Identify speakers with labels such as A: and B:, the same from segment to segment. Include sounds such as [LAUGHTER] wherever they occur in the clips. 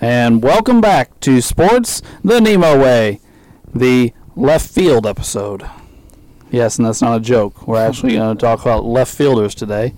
A: And welcome back to Sports the Nemo Way, the left field episode. Yes, and that's not a joke. We're actually going to talk about left fielders today.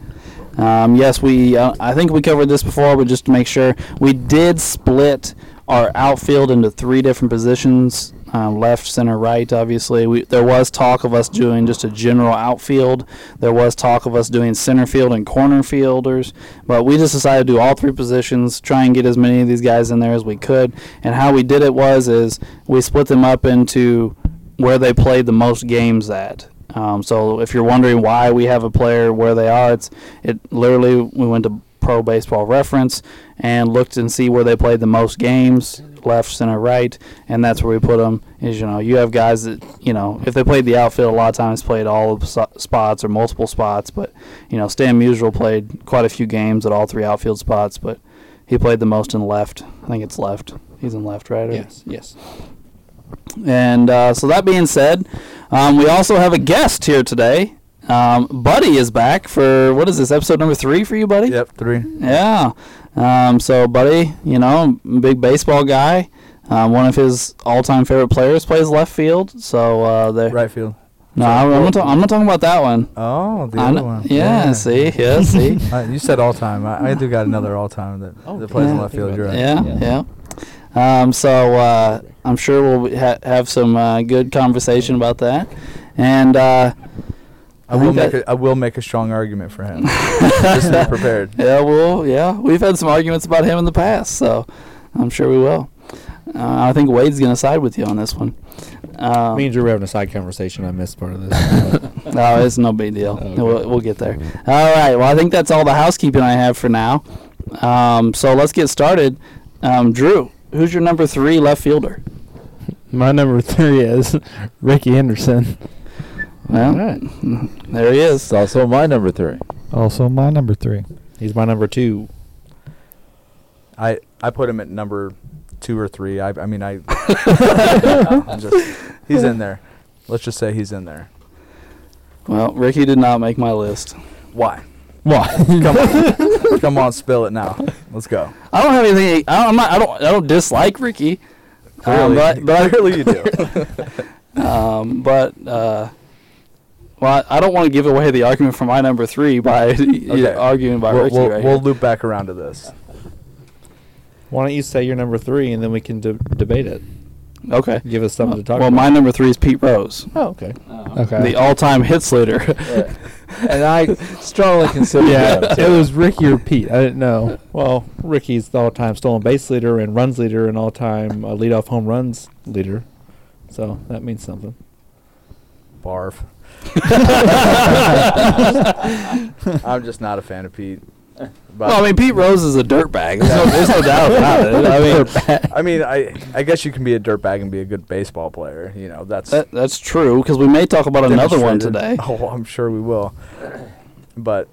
A: Um, yes, we. Uh, I think we covered this before, but just to make sure, we did split our outfield into three different positions: um, left, center, right. Obviously, we, there was talk of us doing just a general outfield. There was talk of us doing center field and corner fielders, but we just decided to do all three positions, try and get as many of these guys in there as we could. And how we did it was is we split them up into where they played the most games at. Um, so if you're wondering why we have a player where they are, it's it literally we went to Pro Baseball Reference and looked and see where they played the most games, left, center, right, and that's where we put them. Is you know you have guys that you know if they played the outfield a lot of times played all of the so- spots or multiple spots, but you know Stan Musial played quite a few games at all three outfield spots, but he played the most in left. I think it's left. He's in left, right? Or-
B: Yes, yes.
A: and uh, so that being said, um, we also have a guest here today. Um, Buddy is back for what is this episode number three for you, Buddy?
C: Yep, three.
A: Yeah. Um, so Buddy, you know, big baseball guy. Um, one of his all-time favorite players plays left field. So uh, there.
C: Right field.
A: No, I'm, I'm, not ta- I'm not talking about that one.
C: Oh, the
A: I
C: other
A: kn-
C: one.
A: Yeah, See.
C: [LAUGHS]
A: Yeah. See.
C: Uh, you said all time. I, I do got another all time that,
B: Oh,
C: that plays in
A: yeah.
C: left field. You're right.
A: Yeah, yeah. Um, so uh, I'm sure we'll ha- have some uh, good conversation about that. And uh,
C: I will
A: think
C: make
A: that-
C: a, I will make a strong argument
A: [LAUGHS]
C: for him. Just be prepared.
A: yeah, well, yeah, we've had some arguments about him in the past, so I'm sure we will. Uh, I think Wade's going to side with you on this one. Um,
B: Me and Drew were having a side conversation. I missed part of this.
A: oh, it's [LAUGHS] no big deal.
B: Okay.
A: We'll, we'll get there. All right. Well, I think that's all the housekeeping I have for now. Um, so let's get started. Um, Drew, who's your number three left fielder?
D: My number three is Ricky Henderson.
A: Well, [LAUGHS] there he is.
E: It's also my number three.
D: Also, my number three.
B: He's my number two.
C: I, I put him at number two or three. I,
A: [LAUGHS]
C: I mean, I. I'm just, he's in there. Let's just say he's in there.
A: Well, Ricky did not make my list.
C: Why?
D: Why?
C: Come
A: [LAUGHS]
C: on. Come on, spill it now. Let's go.
A: I don't have anything. I don't, I'm not, I don't. I don't dislike Ricky. Um,
C: Clearly,
A: but but I-
C: clearly you
A: [LAUGHS]
C: do.
A: Um, but uh, well, I I don't want to give away the argument for my number three by
C: [LAUGHS]
A: [LAUGHS]
C: Okay.
A: arguing about
C: We'll,
A: Ricky
C: we'll,
A: right
C: we'll
A: here.
C: loop back around to this.
B: Why don't you say your number three and then we can de- debate it?
A: Okay.
B: Give us something to talk
A: well,
B: about.
A: my number three is Pete Rose,
B: Oh, okay.
D: okay.
A: the all-time hits leader. [LAUGHS]
E: and I strongly consider
D: yeah,
E: that.
D: it was Ricky or Pete. I didn't
F: [LAUGHS]
D: know.
B: [LAUGHS] Well, Ricky's the all-time stolen base leader and runs leader and all-time uh, leadoff home runs leader. So that means something.
C: Barf. I'm just not a fan of Pete. But
A: well, I mean, Pete Rose is a dirtbag. There's no, there's
E: [LAUGHS]
A: no doubt about [LAUGHS] it. I mean,
C: I mean, I I guess you can be a dirtbag and be a good baseball player. You know, that's
A: that, that's true because we may talk about another one today.
C: demonstrated. [LAUGHS] Oh, I'm sure we will. But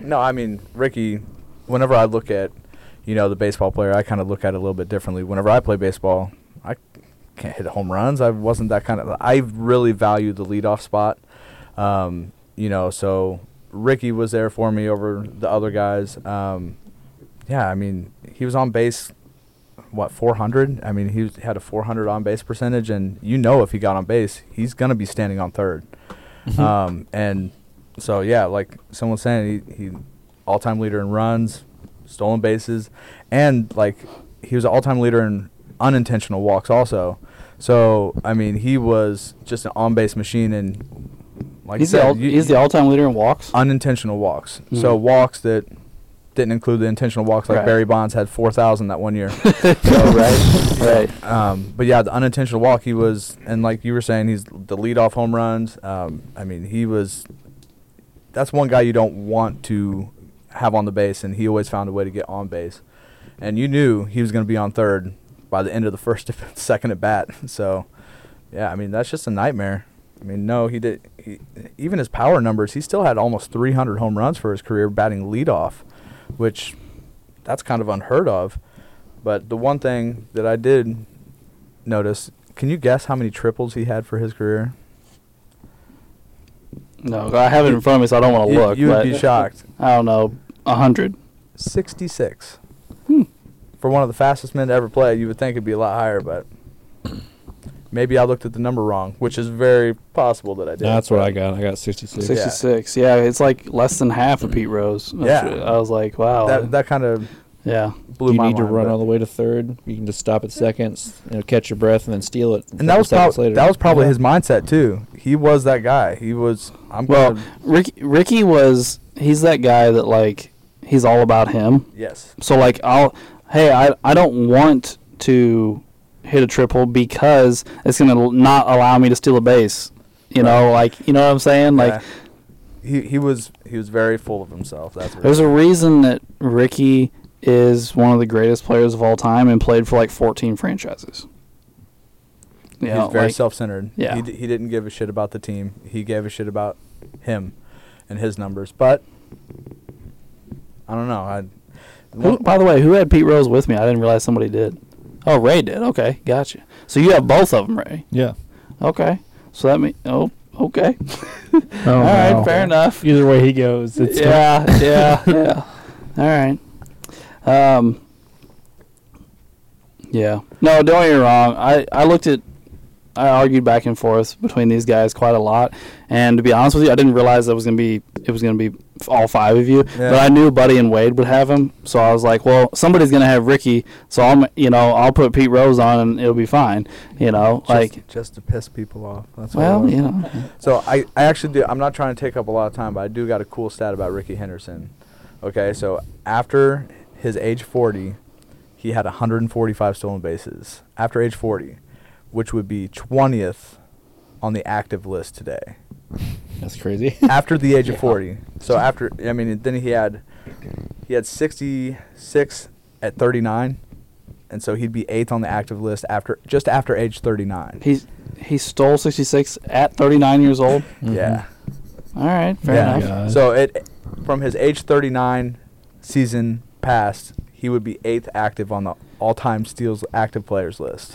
C: no, I mean, Ricky. Whenever I look at, you know, the baseball player, I kind of look at it a little bit differently. Whenever I play baseball, I can't hit home runs. I wasn't that kind of. I really value the leadoff spot. Um, you know, so Ricky was there for me over the other guys. Um, yeah, I mean, he was on base. What 400? I mean, he was- had a 400 on base percentage, and you know, if he got on base, he's gonna be standing on third. um, and so yeah, like someone was saying, he, he all-time leader in runs, stolen bases, and like he was an all-time leader in unintentional walks also. So I mean, he was just an on-base machine, and like
A: He's
C: I
A: the
C: said,
A: all,
C: you-
A: he's the all-time leader in walks.
C: unintentional walks. So
A: Mhm.
C: walks that didn't include the intentional walks, like
A: Right.
C: Barry Bonds had four thousand that one year.
A: right, right.
C: um, but yeah, the unintentional walk he was, and like you were saying, he's the leadoff home runs. Um, I mean, he was. That's one guy you don't want to have on the base, and he always found a way to get on base. And you knew he was going to be on third by the end of the first, [LAUGHS] second at bat. So, yeah, I mean that's just a nightmare. I mean, no, he did. He, even his power numbers, he still had almost 300 home runs for his career batting leadoff, which that's kind of unheard of. But the one thing that I did notice, can you guess how many triples he had for his career?
A: No, I have it in front of me, so I don't want to
C: You-
A: look.
C: you would
A: but
C: be shocked.
A: I don't know, a hundred.
C: 66. for one of the fastest men to ever play, you would think it'd be a lot higher, but maybe I looked at the number wrong, which is very possible that I did.
D: That's what
C: but-
D: I got. I got 66.
C: Six-
A: 66. Yeah. it's like less than half of Pete Rose. That's
C: Yeah.
A: what- I was like, wow.
C: That that kind of
A: yeah.
C: blew
D: you
C: my
D: need to
C: mind,
D: run
C: but-
D: all the way to third. You can just stop at seconds, you know, catch your breath, and then steal it. a
C: and
D: couple
C: that was
D: seconds
C: probably
D: later.
C: that was probably
D: Yeah.
C: his mindset too. He was that guy. He was. I'm
A: Well,
C: gonna-
A: Ricky, Ricky was, he's that guy that, like, he's all about him.
C: yes,
A: So like I'll hey I I don't want to hit a triple because it's gonna l- not allow me to steal a base. You know, like you know what I'm saying. Like
C: Yeah. he he was he was very full of himself. That's for
A: there's
C: sure.
A: a reason that Ricky is one of the greatest players of all time and played for like 14 franchises. You
C: He's
A: know,
C: very
A: like,
C: self-centered.
A: Yeah.
C: He, d- he didn't give a shit about the team. He gave a shit about him and his numbers. But I don't know. I
A: who, by the way, who had Pete Rose with me? I didn't realize somebody did. Oh, Ray did. Okay, gotcha. So you have both of them, Ray.
D: yeah.
A: Okay. So that means oh, okay.
F: Oh,
A: all right,
F: no.
A: fair enough.
F: Either way he goes, it's [LAUGHS]
A: yeah, yeah, yeah. All right. Um. Yeah. No, don't get me wrong. I I looked at, I argued back and forth between these guys quite a lot, and to be honest with you, I didn't realize that was gonna be it was gonna be f- all five of you.
C: Yeah.
A: But I knew Buddy and Wade would have him, so I was like, well, somebody's gonna have Ricky, so I'm you know I'll put Pete Rose on and it'll be fine. You know,
C: just,
A: like
C: just to piss people off. That's what it
A: well,
C: was.
A: you know,
C: So I, I actually do. I'm not trying to take up a lot of time, but I do got a cool stat about Ricky Henderson. Okay, so after his age 40, he had 145 stolen bases after age 40, which would be 20th on the active list today.
D: That's
C: [LAUGHS]
D: crazy.
C: After the age of 40, so after I mean, then he had he had 66 at 39, and so he'd be eighth on the active list after just after age 39.
A: he's. He stole 66 at 39 years old.
C: Yeah.
A: All right, fair
C: yeah.
A: enough.
F: God.
C: So it from his age 39 season past, he would be eighth active on the all-time steals active players list,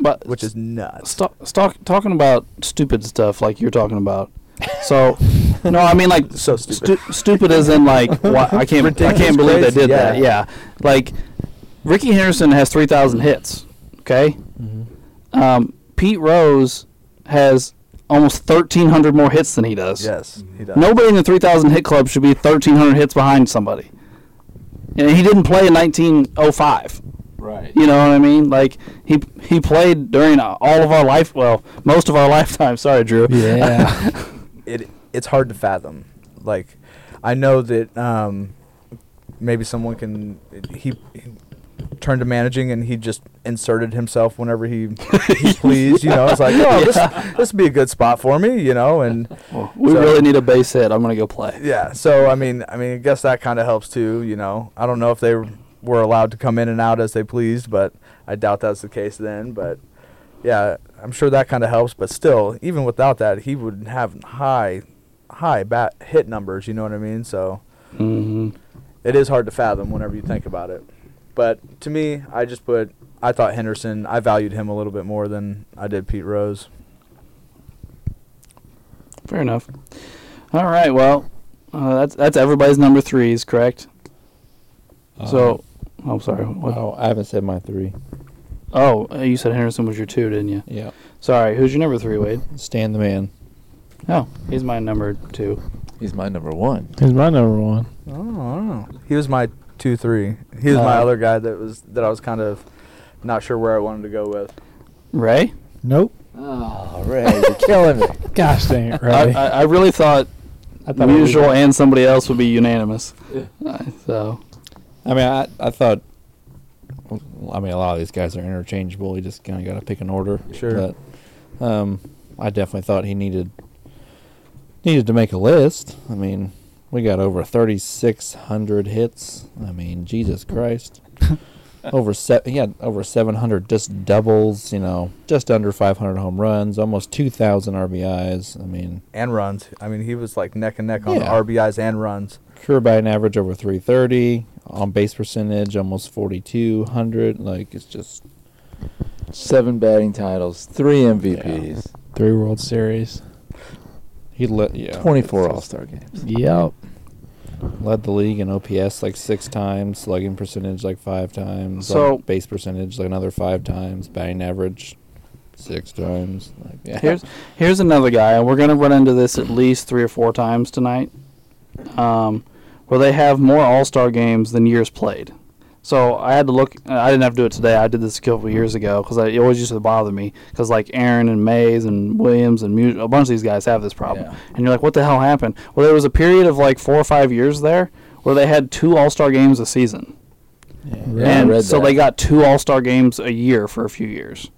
A: But
C: which is nuts.
A: stop, stop talking about stupid stuff like you're talking about.
C: [LAUGHS]
A: So, no, I mean like
C: So stupid.
A: stu- stupid as in
C: [LAUGHS]
A: like why I can't I
C: Ridiculous,
A: can't believe
C: crazy,
A: they did
C: yeah.
A: that. Yeah, like Ricky Henderson has three thousand hits. Okay,
C: Mm-hmm.
A: um, Pete Rose has almost thirteen hundred more hits than he does.
C: Yes, he does.
A: Nobody in the 3,000 hit club should be 1,300 hits behind somebody. And he didn't play in 1905. Right. You know what I mean? Like he he played during all of our life, well, most of our [LAUGHS] lifetime. Sorry, Drew.
F: Yeah.
C: It it's hard to fathom. Like I know that um, maybe someone can he, he turned to managing and he just inserted himself whenever he, he pleased. You know, it's like, oh, this this would be a good spot for me. You know, and
A: we
C: So-
A: really need a base hit. I'm gonna go play.
C: Yeah, so I mean, I mean, I guess that kind of helps too. You know, I don't know if they were allowed to come in and out as they pleased, but I doubt that's the case then. But yeah, I'm sure that kind of helps. But still, even without that, he would have high, high bat hit numbers. You know what I mean? So
A: hmm
C: it is hard to fathom whenever you think about it. But to me, I just put I thought Henderson. I valued him a little bit more than I did Pete Rose.
A: Fair enough. All right. Well, uh, that's that's everybody's number threes, correct? so, oh, I'm sorry. What?
D: Wow, I haven't said my three.
A: Oh, uh, you said Henderson was your two, didn't you?
D: Yeah.
A: Sorry. Who's your number three, Wade?
D: Stan the man.
A: Oh, he's my number two.
G: He's my number one.
F: He's my number one.
C: Oh, he was my two three. He was my
D: Uh,
C: other guy that was that I was kind of not sure where I wanted to go with.
A: Ray.
F: Nope.
G: Oh, Ray, you're killing me.
F: Gosh dang it,
A: I,
F: Ray.
A: I, I really thought
F: I thought it was-
A: Musial and somebody else would be unanimous. Uh, so
D: I mean, I, I thought. well, I mean, a lot of these guys are interchangeable. You just kind of got to pick an order.
C: Sure.
D: But, um, I definitely thought he needed needed to make a list. I mean, we got over thirty six hundred hits. I mean, Jesus Christ. over se- he had over seven hundred just doubles. You know, just under five hundred home runs, almost two thousand RBIs. I mean,
C: [LAUGHS] And runs. I mean, he was like neck and neck on
D: Yeah.
C: RBIs and runs.
D: career batting average over 330 on base percentage almost 4200 like it's just
G: Seven batting titles, three MVPs,
F: Three World Series.
D: he let yeah
G: 24
D: it's
G: All
D: just-
G: Star games.
F: Yep.
D: Led the league in OPS like six times, slugging percentage like five times,
A: So-
D: like base percentage like another five times, batting average six times. Like, yeah.
A: Here's here's another guy, and we're gonna run into this at least three or four times tonight, um, where they have more All Star games than years played. So I had to look. uh, I didn't have to do it today. I did this a couple years ago because it always used to bother me. Because like Aaron and Mays and Williams and Mu- a bunch of these guys have this problem,
H: Yeah.
A: and you're like, what the hell happened? Well, there was a period of like four or five years there where they had two All Star games a season,
H: Yeah, I
A: and
H: read
A: so
H: that.
A: they got two All Star games a year for a few years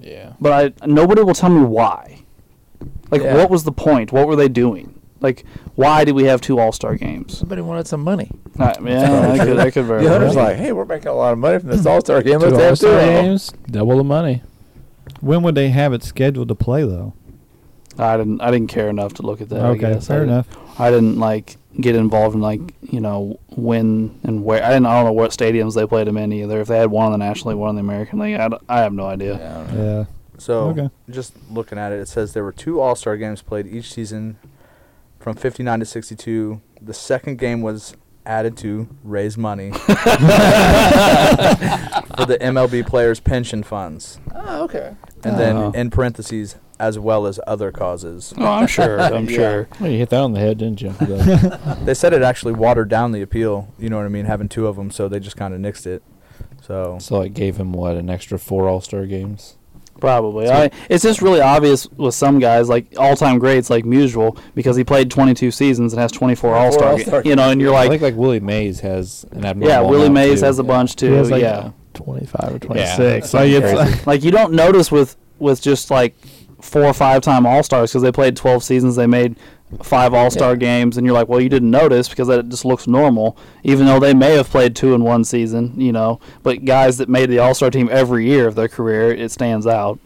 D: yeah.
A: but I nobody will tell me why. Like,
H: Yeah.
A: what was the point? What were they doing? Like, why did we have two All Star games?
H: Somebody wanted some money.
A: Uh, yeah, I could, I could very
H: The
A: well.
H: owner's like, hey, we're making a lot of money from this All Star game.
I: Two
H: Let's have two
I: All-Star
H: of 'em."
I: games, double the money.
F: When would they have it scheduled to play though?
A: I didn't, I didn't care enough to look at that. I
F: okay,
A: guess. I
F: fair
A: didn't-
F: enough.
A: I didn't like get involved in like you know when and where. I didn't. I don't know what stadiums they played them in either. If they had one in the National League, one in the American League, I, d- I have no idea.
H: Yeah, I don't know.
F: Yeah.
C: [LAUGHS] So
F: Okay.
C: just looking at it, it says there were two All Star games played each season, from fifty nine to sixty two. The second game was added to raise
H: [LAUGHS]
C: money [LAUGHS] for the MLB players' pension funds,
H: Oh, okay.
C: and then
A: Oh.
C: in parentheses as well as other causes.
A: Oh, I'm [LAUGHS] sure. I'm sure.
D: Well, you hit that on the head, didn't you?
A: [LAUGHS]
D: The-
C: They said it actually watered down the appeal. You know what I mean? Having two of them, so they just kind of nixed it. So
D: so it gave him what an extra four All Star games.
A: Probably. I, it's just really obvious with some guys, like all time greats, like Musial, because he played 22 seasons and has 24 All Star
H: All-Star
A: games. You know, and you're
D: I
A: like,
D: think like Willie Mays has an abnormal.
A: yeah, Willie
D: amount,
A: Mays
D: too.
A: has a bunch too.
I: He has, like,
A: yeah,
I: 25 or
D: Yeah,
I: 26.
D: something
I: like, it's,
D: crazy.
A: like you don't notice with with just like four or five time All Stars because they played 12 seasons, they made five All Star
H: Yeah.
A: games, and you're like, well, you didn't notice because that just looks normal, even though they may have played two in one season. You know, but guys that made the All Star team every year of their career, it stands out.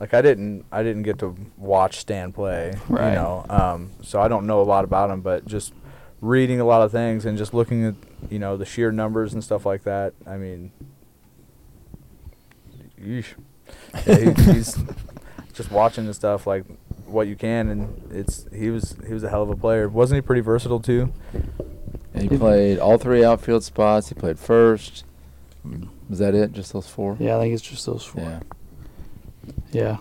C: like I didn't I didn't get to watch Stan play,
A: Right.
C: you know. Um, so I don't know a lot about him, but just reading a lot of things and just looking at you know the sheer numbers and stuff like that. I mean, yeesh. Yeah, he, he's just watching and stuff like what you can, and it's he was he was a hell of a player. Wasn't he pretty versatile too?
H: And he played all three outfield spots. He played first. Was that it? Just those four?
A: Yeah, I think it's just those four.
H: Yeah.
A: Yeah.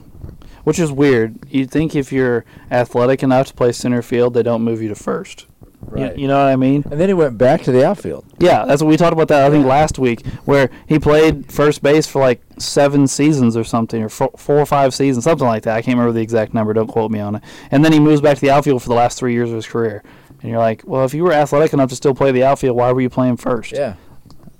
A: Which is weird. You'd think if you're athletic enough to play center field, they don't move you to first. You-
H: Right.
A: You, know what I mean?
H: And then he went back to the outfield.
A: Yeah, that's what we talked about that, I think, last week, where he played first base for like seven seasons or something, or four, four or five seasons, something like that. I can't remember the exact number. Don't quote me on it. And then he moves back to the outfield for the last three years of his career. And you're like, well, if you were athletic enough to still play the outfield, why were you playing first?
H: Yeah.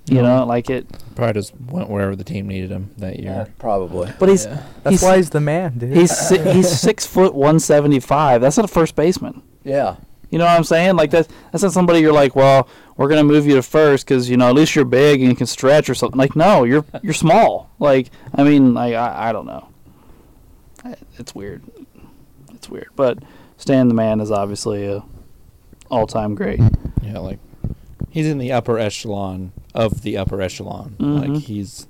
A: You know, like it.
D: Probably just went wherever the team needed him that year.
H: probably.
A: But he's
C: That's
A: he's,
C: why he's the man, dude.
A: he's si- he's six foot one seventy five. That's not a first baseman.
H: Yeah.
A: You know what I'm saying? Like that's that's not somebody you're like, well, we're gonna move you to first because you know at least you're big and you can stretch or something. Like no, you're you're small. Like I mean, like I, I don't know. I- It's weird. It's weird. But Stan the man is obviously a all time great.
D: Yeah, like he's in the upper echelon of the upper echelon.
A: Mhm.
H: Mm-hmm.
D: Like he's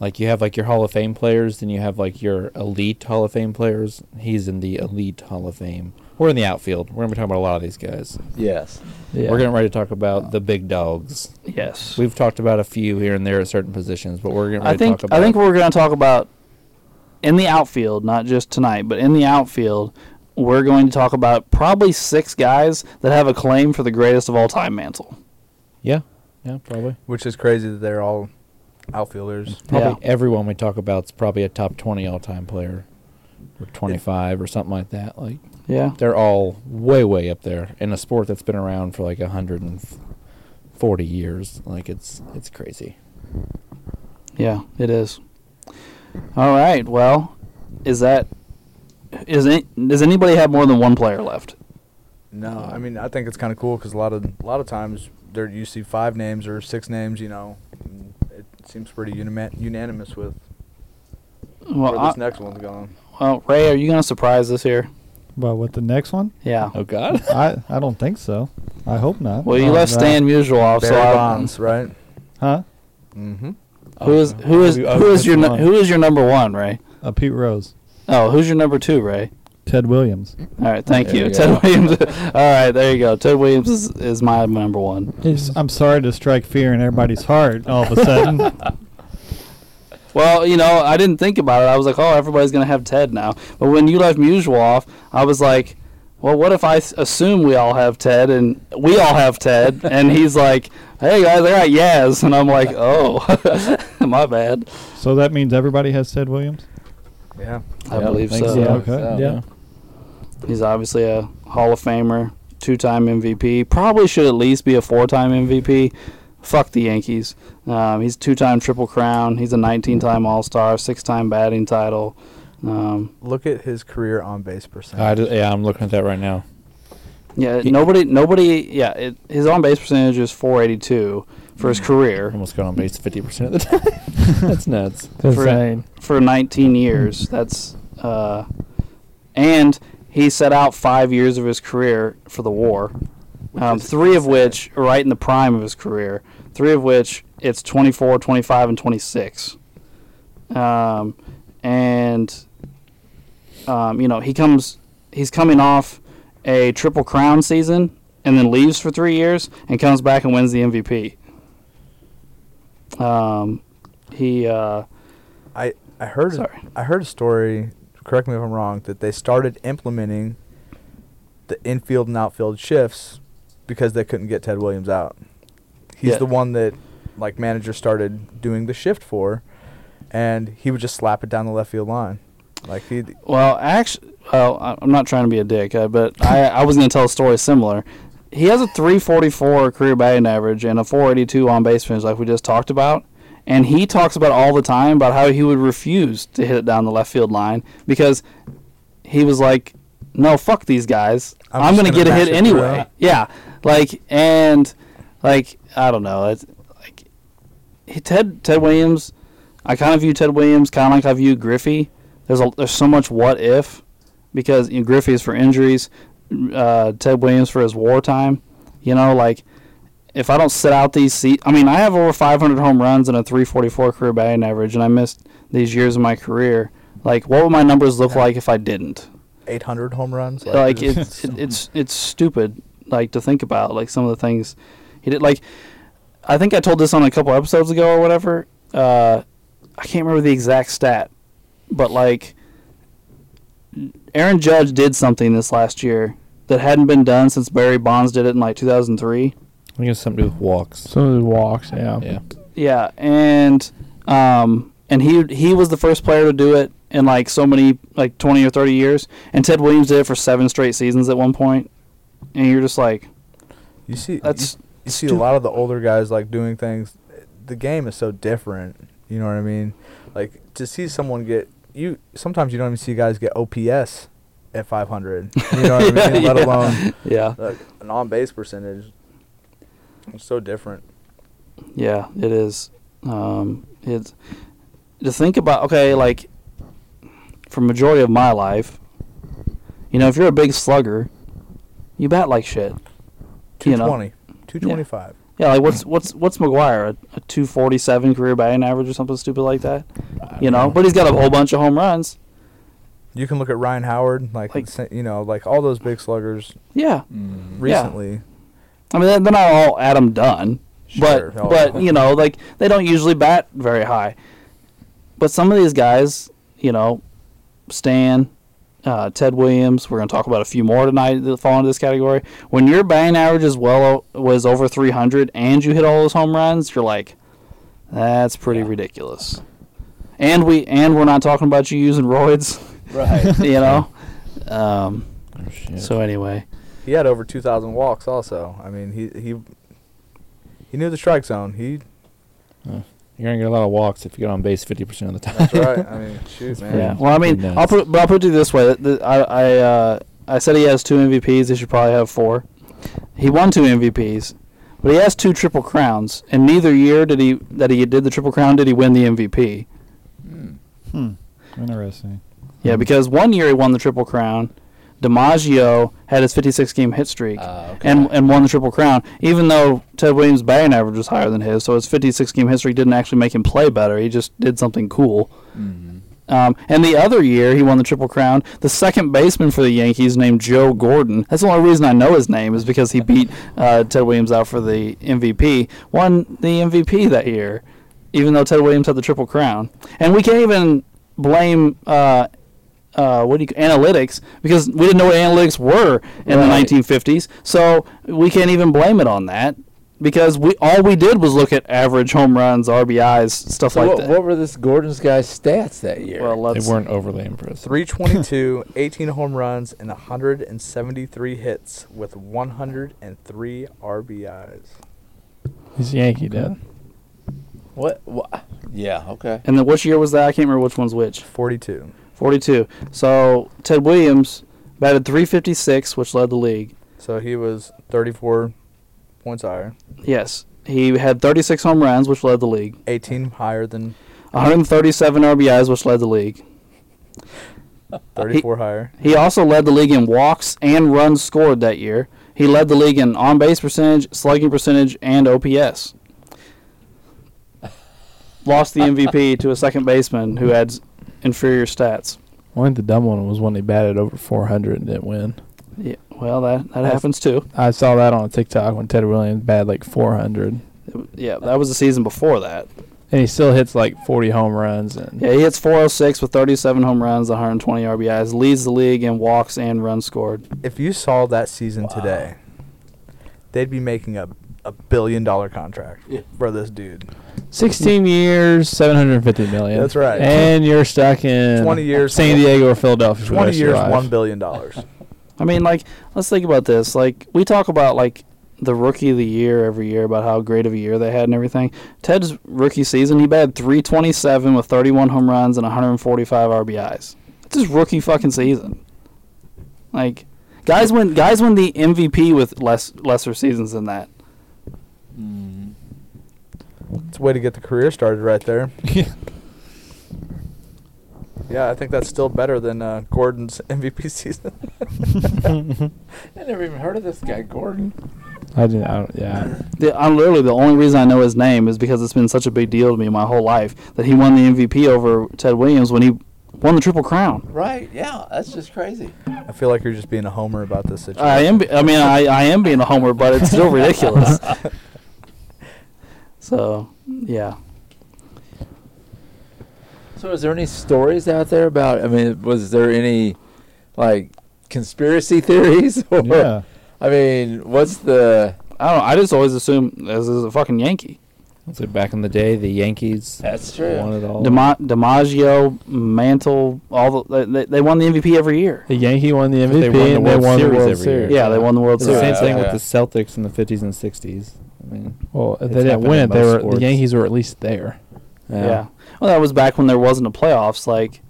D: like you have like your Hall of Fame players, then you have like your elite Hall of Fame players. He's in the elite Hall of Fame. We're in the outfield. We're gonna be talking about a lot of these guys.
H: Yes.
I: yeah.
D: We're getting ready to talk about the big dogs.
A: Yes.
D: We've talked about a few here and there at certain positions, but we're getting ready
A: I think
D: to talk about
A: I think we're going to talk about in the outfield, not just tonight, but in the outfield, we're going to talk about probably six guys that have a claim for the greatest of all time mantle.
D: Yeah. Yeah, probably.
C: Which is crazy that they're all outfielders.
D: Probably
A: Yeah.
D: everyone we talk about is probably a top twenty all time player. Or twenty five or something like that. Like
A: Yeah.
D: they're all way way up there in a sport that's been around for like 140 years like it's it's crazy
A: Yeah, it is. All right. Well, is that is it, does anybody have more than one player left?
C: No, I mean I think it's kind of cool because a lot of a lot of times there you see five names or six names, you know. and It seems pretty unima- unanimous with
A: Well,
C: where this
A: I-
C: next one's going.
A: well, Ray, are you going to surprise us here?
F: But with the next one,
A: Yeah.
D: oh [LAUGHS] god
F: I I don't think so. I hope not.
A: Well, you
F: Oh,
A: left
F: no.
A: Stan Musial off, so
C: Barry
A: I-
C: Bonds, right?
F: huh?
C: Mm-hmm.
A: who is who is
D: Oh,
A: who is
D: which
A: your nu-
D: one?
A: who is your number one, Ray?
F: Uh, Pete Rose.
A: Oh, who's your number two, Ray?
F: Ted Williams.
A: All right, thank
E: There
A: you,
E: we
A: Ted
E: go.
A: Williams. [LAUGHS] All right, there you go. Ted Williams is, is my number one.
F: It's, I'm sorry to strike fear in everybody's heart all of a sudden.
D: [LAUGHS]
A: Well, you know, I didn't think about it. I was like, oh, everybody's gonna have Ted now. But when you left Mutual off, I was like, well, what if I s- assume we all have Ted and we all have Ted, and he's like, hey guys, I got Yaz, and I'm like, oh, [LAUGHS] my bad.
F: so that means everybody has Ted Williams?
C: Yeah.
A: I
E: Yeah,
A: believe
E: think
A: so.
F: so.
E: I think
F: Okay,
E: so.
B: yeah.
A: He's obviously a Hall of Famer, two-time MVP. Probably should at least be a four-time MVP. Fuck the Yankees. Um, he's two-time Triple Crown. He's a 19-time All-Star, six-time batting title. Um,
C: Look at his career on base percentage.
B: I just, yeah, I'm looking at that right now.
A: yeah, nobody, nobody. Yeah, it, his on-base percentage is 482 for his
B: I
A: career
B: almost got on base 50% of the time.
D: [LAUGHS]
B: That's nuts.
D: Insane.
A: for 19 years. That's uh, and he set out five years of his career for the war. um, three of which are right in the prime of his career. Three of which it's 24, 25, and 26. Um, and um, you know he comes, he's coming off a triple crown season, and then leaves for three years, and comes back and wins the MVP. Um, he uh,
C: I, I heard
A: Sorry.
C: I heard a story. Correct me if I'm wrong. That they started implementing the infield and outfield shifts because they couldn't get Ted Williams out. He's
A: Yeah.
C: the one that like manager started doing the shift for, and he would just slap it down the left field line. Like he,
A: Well, actually, well, I'm not trying to be a dick, uh, but I, I was going to tell a story similar. He has a 344 career batting average and a 482 on base percentage, like we just talked about. And he talks about all the time about how he would refuse to hit it down the left field line because he was like, "No, fuck these guys.
C: I'm
A: I'm,
C: just
A: going to
C: gonna
A: get a
C: mash
A: hit
C: it through."
A: anyway." Yeah, like and like I don't know. It's like he- Ted Ted Williams. I kind of view Ted Williams kind of like I view Griffey. There's a there's so much what if because you know, Griffey is for injuries, uh, Ted Williams for his wartime. You know, like if I don't sit out these seats, I mean, I have over 500 home runs and a 344 career batting average, and I missed these years of my career. Like, what would my numbers look like if I didn't?
C: 800 home runs.
A: Like,
C: there's
A: it's
C: so-
A: it, [LAUGHS] it's it's stupid. Like to think about like some of the things he did. Like, I think I told this on a couple episodes ago or whatever. Uh, I can't remember the exact stat, but like, Aaron Judge did something this last year that hadn't been done since Barry Bonds did it in like 2003.
B: I think it's something to do with walks.
D: Some of his walks, yeah.
B: Yeah.
A: Yeah, and um, and he he was the first player to do it in like so many like twenty or thirty years. And Ted Williams did it for seven straight seasons at one point. And you're just like,
C: you see, you-
A: that's
C: you see a lot of the older guys like doing things the game is so different you know what i mean like to see someone get you sometimes you don't even see guys get ops at 500 you know
A: [LAUGHS]
C: what i mean let
A: Yeah.
C: alone
A: yeah,
C: like, an on-base percentage it's so different
A: yeah, it is. Um, it's to think about. Okay, like for majority of my life, you know, if you're a big slugger, you bat like shit. You know.
C: 220 225
A: Yeah, like what's what's what's McGuire a, a two forty seven career batting average or something stupid like that, you know? But he's got a whole bunch of home runs.
C: you can look at ryan howard like,
A: Like-
C: sa- you know like all those big sluggers
A: Yeah,
E: Mm.
C: recently
A: I mean they're they're not all Adam Dunn,
C: Sure,
A: but
C: no.
A: but you know like they don't usually bat very high. But some of these guys, you know, Stan, uh, Ted Williams. We're going to talk about a few more tonight that fall into this category. When your batting average is well o- was over three hundred and you hit all those home runs, you're like, that's pretty ridiculous. And we and we're not talking about you using roids, [LAUGHS]
E: Right.
A: you know. Um,
B: Oh, shit.
A: so anyway,
C: [LAUGHS] he had over 2000 walks also i mean he he he knew the strike zone he
B: You're going to get a lot of walks if you get on base 50% of the time.
C: that's
D: [LAUGHS]
C: right [LAUGHS] i mean shoot man
A: Yeah. Well, I mean,
B: Pretty
A: I'll
B: nuts.
A: put, but I'll put it this way: that- that I, I, uh, I said he has two MVPs. He should probably have four. He won two MVPs, but he has two triple crowns, and neither year did he that he did the triple crown did he win the MVP.
F: Hmm. Interesting.
A: Yeah,
E: Hmm.
A: because one year he won the triple crown. DiMaggio had his 56 game hit streak
E: Ah, okay.
A: and and won the triple crown, even though Ted Williams' batting average was higher than his. So his 56 game hit streak didn't actually make him play better. He just did something cool.
E: Mhm.
A: Um, and the other year he won the Triple Crown, the second baseman for the Yankees named Joe Gordon. That's the only reason I know his name is because he beat uh, Ted Williams out for the MVP. Won the MVP that year, even though Ted Williams had the Triple Crown. And we can't even blame uh, uh, what do you analytics because we didn't know what analytics were in
E: Right.
A: the 1950s. So we can't even blame it on that because we all we did was look at average home runs, RBIs, stuff
E: So
A: like
E: what,
A: that.
E: what were this Gordon's guy's stats that year?
A: well,
B: They
A: let's
B: weren't overly
C: [LAUGHS]
B: impressive.
C: 322, 18 home runs, and 173 hits with 103 RBIs.
D: He's Yankee dad.
E: what, what? Yeah. Okay.
A: And then which year was that? I can't remember which one's which.
C: 42.
A: 42. So Ted Williams batted 356, which led the league.
C: So he was 34 points higher,
A: Yes. He had 36 home runs, which led the league.
C: 18 higher than
A: 137 RBIs, which led the league.
E: Uh,
C: 34 higher.
A: He also led the league in walks and runs scored that year. He led the league in on base percentage, slugging percentage, and OPS. Lost the MVP to a second baseman who had s- inferior stats.
D: I think the dumb one was when he batted over 400 and didn't win.
A: Yeah, well, that, that happens too.
D: I saw that on TikTok when Ted Williams batted like 400,
A: Yeah, that was the season before that.
D: and he still hits like 40 home runs. And
A: Yeah, he hits 406 with 37 home runs, 120 RBIs, leads the league in walks and runs scored.
C: If you saw that season today, they'd be making a, a billion dollar contract for this dude.
D: 16 years, 750 million.
C: That's right.
D: And you're stuck in
C: 20 years,
D: San Diego or Philadelphia. for the
C: 20
D: rest of your
C: years,
D: life. [LAUGHS]
C: $1 billion.
E: [LAUGHS]
C: dollars.
A: I mean, like, let's think about this. Like, we talk about like the rookie of the year every year about how great of a year they had and everything. Ted's rookie season, he batted 327 with 31 home runs and 145 RBIs. It's his rookie fucking season. Like, guys win guys win the MVP with less lesser seasons than that.
C: It's a way to get the career started right there.
D: Yeah.
C: Yeah, I think that's still better than uh, Gordon's [LAUGHS]
D: [LAUGHS]
C: MVP season.
E: I never even heard of this guy Gordon.
D: I didn't. I don't, yeah.
A: The, I'm literally the only reason I know his name is because it's been such a big deal to me my whole life that he won the MVP over Ted Williams when he won the Triple Crown.
E: Right. Yeah. That's just crazy.
C: I feel like you're just being a homer about this situation.
A: I am. be- I mean, I, I am being a homer, but it's still ridiculous. [LAUGHS] so, yeah.
E: So, is there any stories out there about? I mean, was there any like conspiracy theories? [LAUGHS] Or,
F: Yeah.
E: I mean, what's the?
A: I don't. know, I just always assume as is a fucking Yankee.
B: So back in the day, the Yankees
E: That's
B: won it all.
A: Dima- DiMaggio, Mantle, all the they, they won the MVP every year.
D: The Yankee won the
B: But
D: MVP
B: they won the
D: and
B: World
D: they won the
B: Series
D: World
B: every year.
D: Series.
A: Yeah, they won the World
B: It's the
A: Series.
B: same thing with
E: Yeah.
B: the Celtics in the 50s and 60s. I mean,
D: Well, if
B: It's
D: they didn't
B: happened
D: win
B: in
D: it, they
B: most
D: were
B: sports.
D: the Yankees were at least there.
A: Yeah. Well, that was back when there wasn't a playoffs. Like,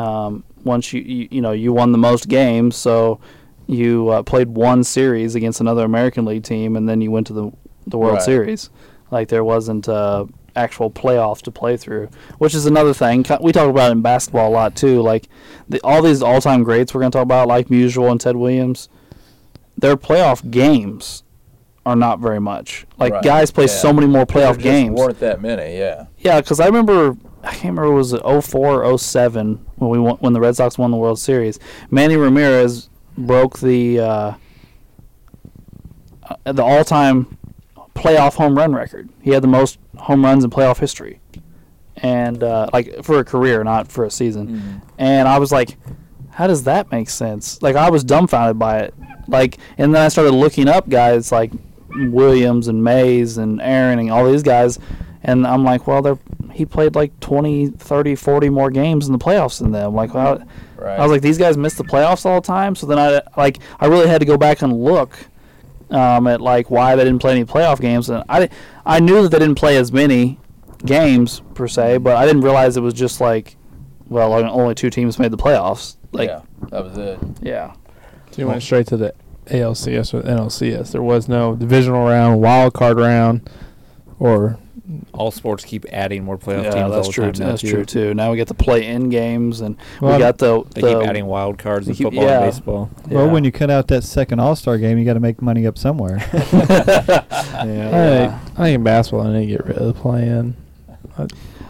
A: um, once you, you you know you won the most games, so you uh, played one series against another American League team, and then you went to the the World
E: Right.
A: Series. Like there wasn't uh, actual playoffs to play through, which is another thing Ki- we talk about it in basketball a lot too. Like the, all these all time greats we're going to talk about, like Musial and Ted Williams, their playoff games are not very much. Like
E: Right.
A: guys play
E: Yeah.
A: so many more
E: There
A: playoff
E: just
A: games.
E: weren't that many. Yeah.
A: Yeah, because I remember I can't remember was it 04 or 07 when we won, when the Red Sox won the World Series. Manny Ramirez broke the uh, uh, the all time playoff home run record. He had the most home runs in playoff history, and uh, like for a career, not for a season.
B: Mm.
E: Mm-hmm.
A: And I was like, how does that make sense? Like I was dumbfounded by it. Like, and then I started looking up guys like Williams and Mays and Aaron and all these guys, and I'm like, well, they're he played like 20, 30, 40 more games in the playoffs than them. Like, how,
E: Right.
A: I was like, these guys miss the playoffs all the time. So then I like I really had to go back and look um, at like why they didn't play any playoff games, and I I knew that they didn't play as many games per se, but I didn't realize it was just like, well, like, only two teams made the playoffs. Like,
E: yeah. That was it.
A: yeah.
D: So you went straight to the ALCS or NLCS. There was no divisional round, wild card round, or
B: all sports keep adding more playoff
A: Yeah,
B: teams. all
A: that's
B: the
A: true.
B: Time
A: too.
B: now,
A: That's
B: too.
A: true too. Now we get the play in games, and we
D: Well,
A: got the
B: They
A: the-
B: keep adding wild cards in
A: keep-
B: football
A: yeah. [LAUGHS]
B: and baseball.
F: Well,
A: yeah.
F: when you cut out that second All Star game, you got to make money
A: [LAUGHS]
F: up somewhere.
D: I think- I think in basketball, I need to get rid of the play-in. I,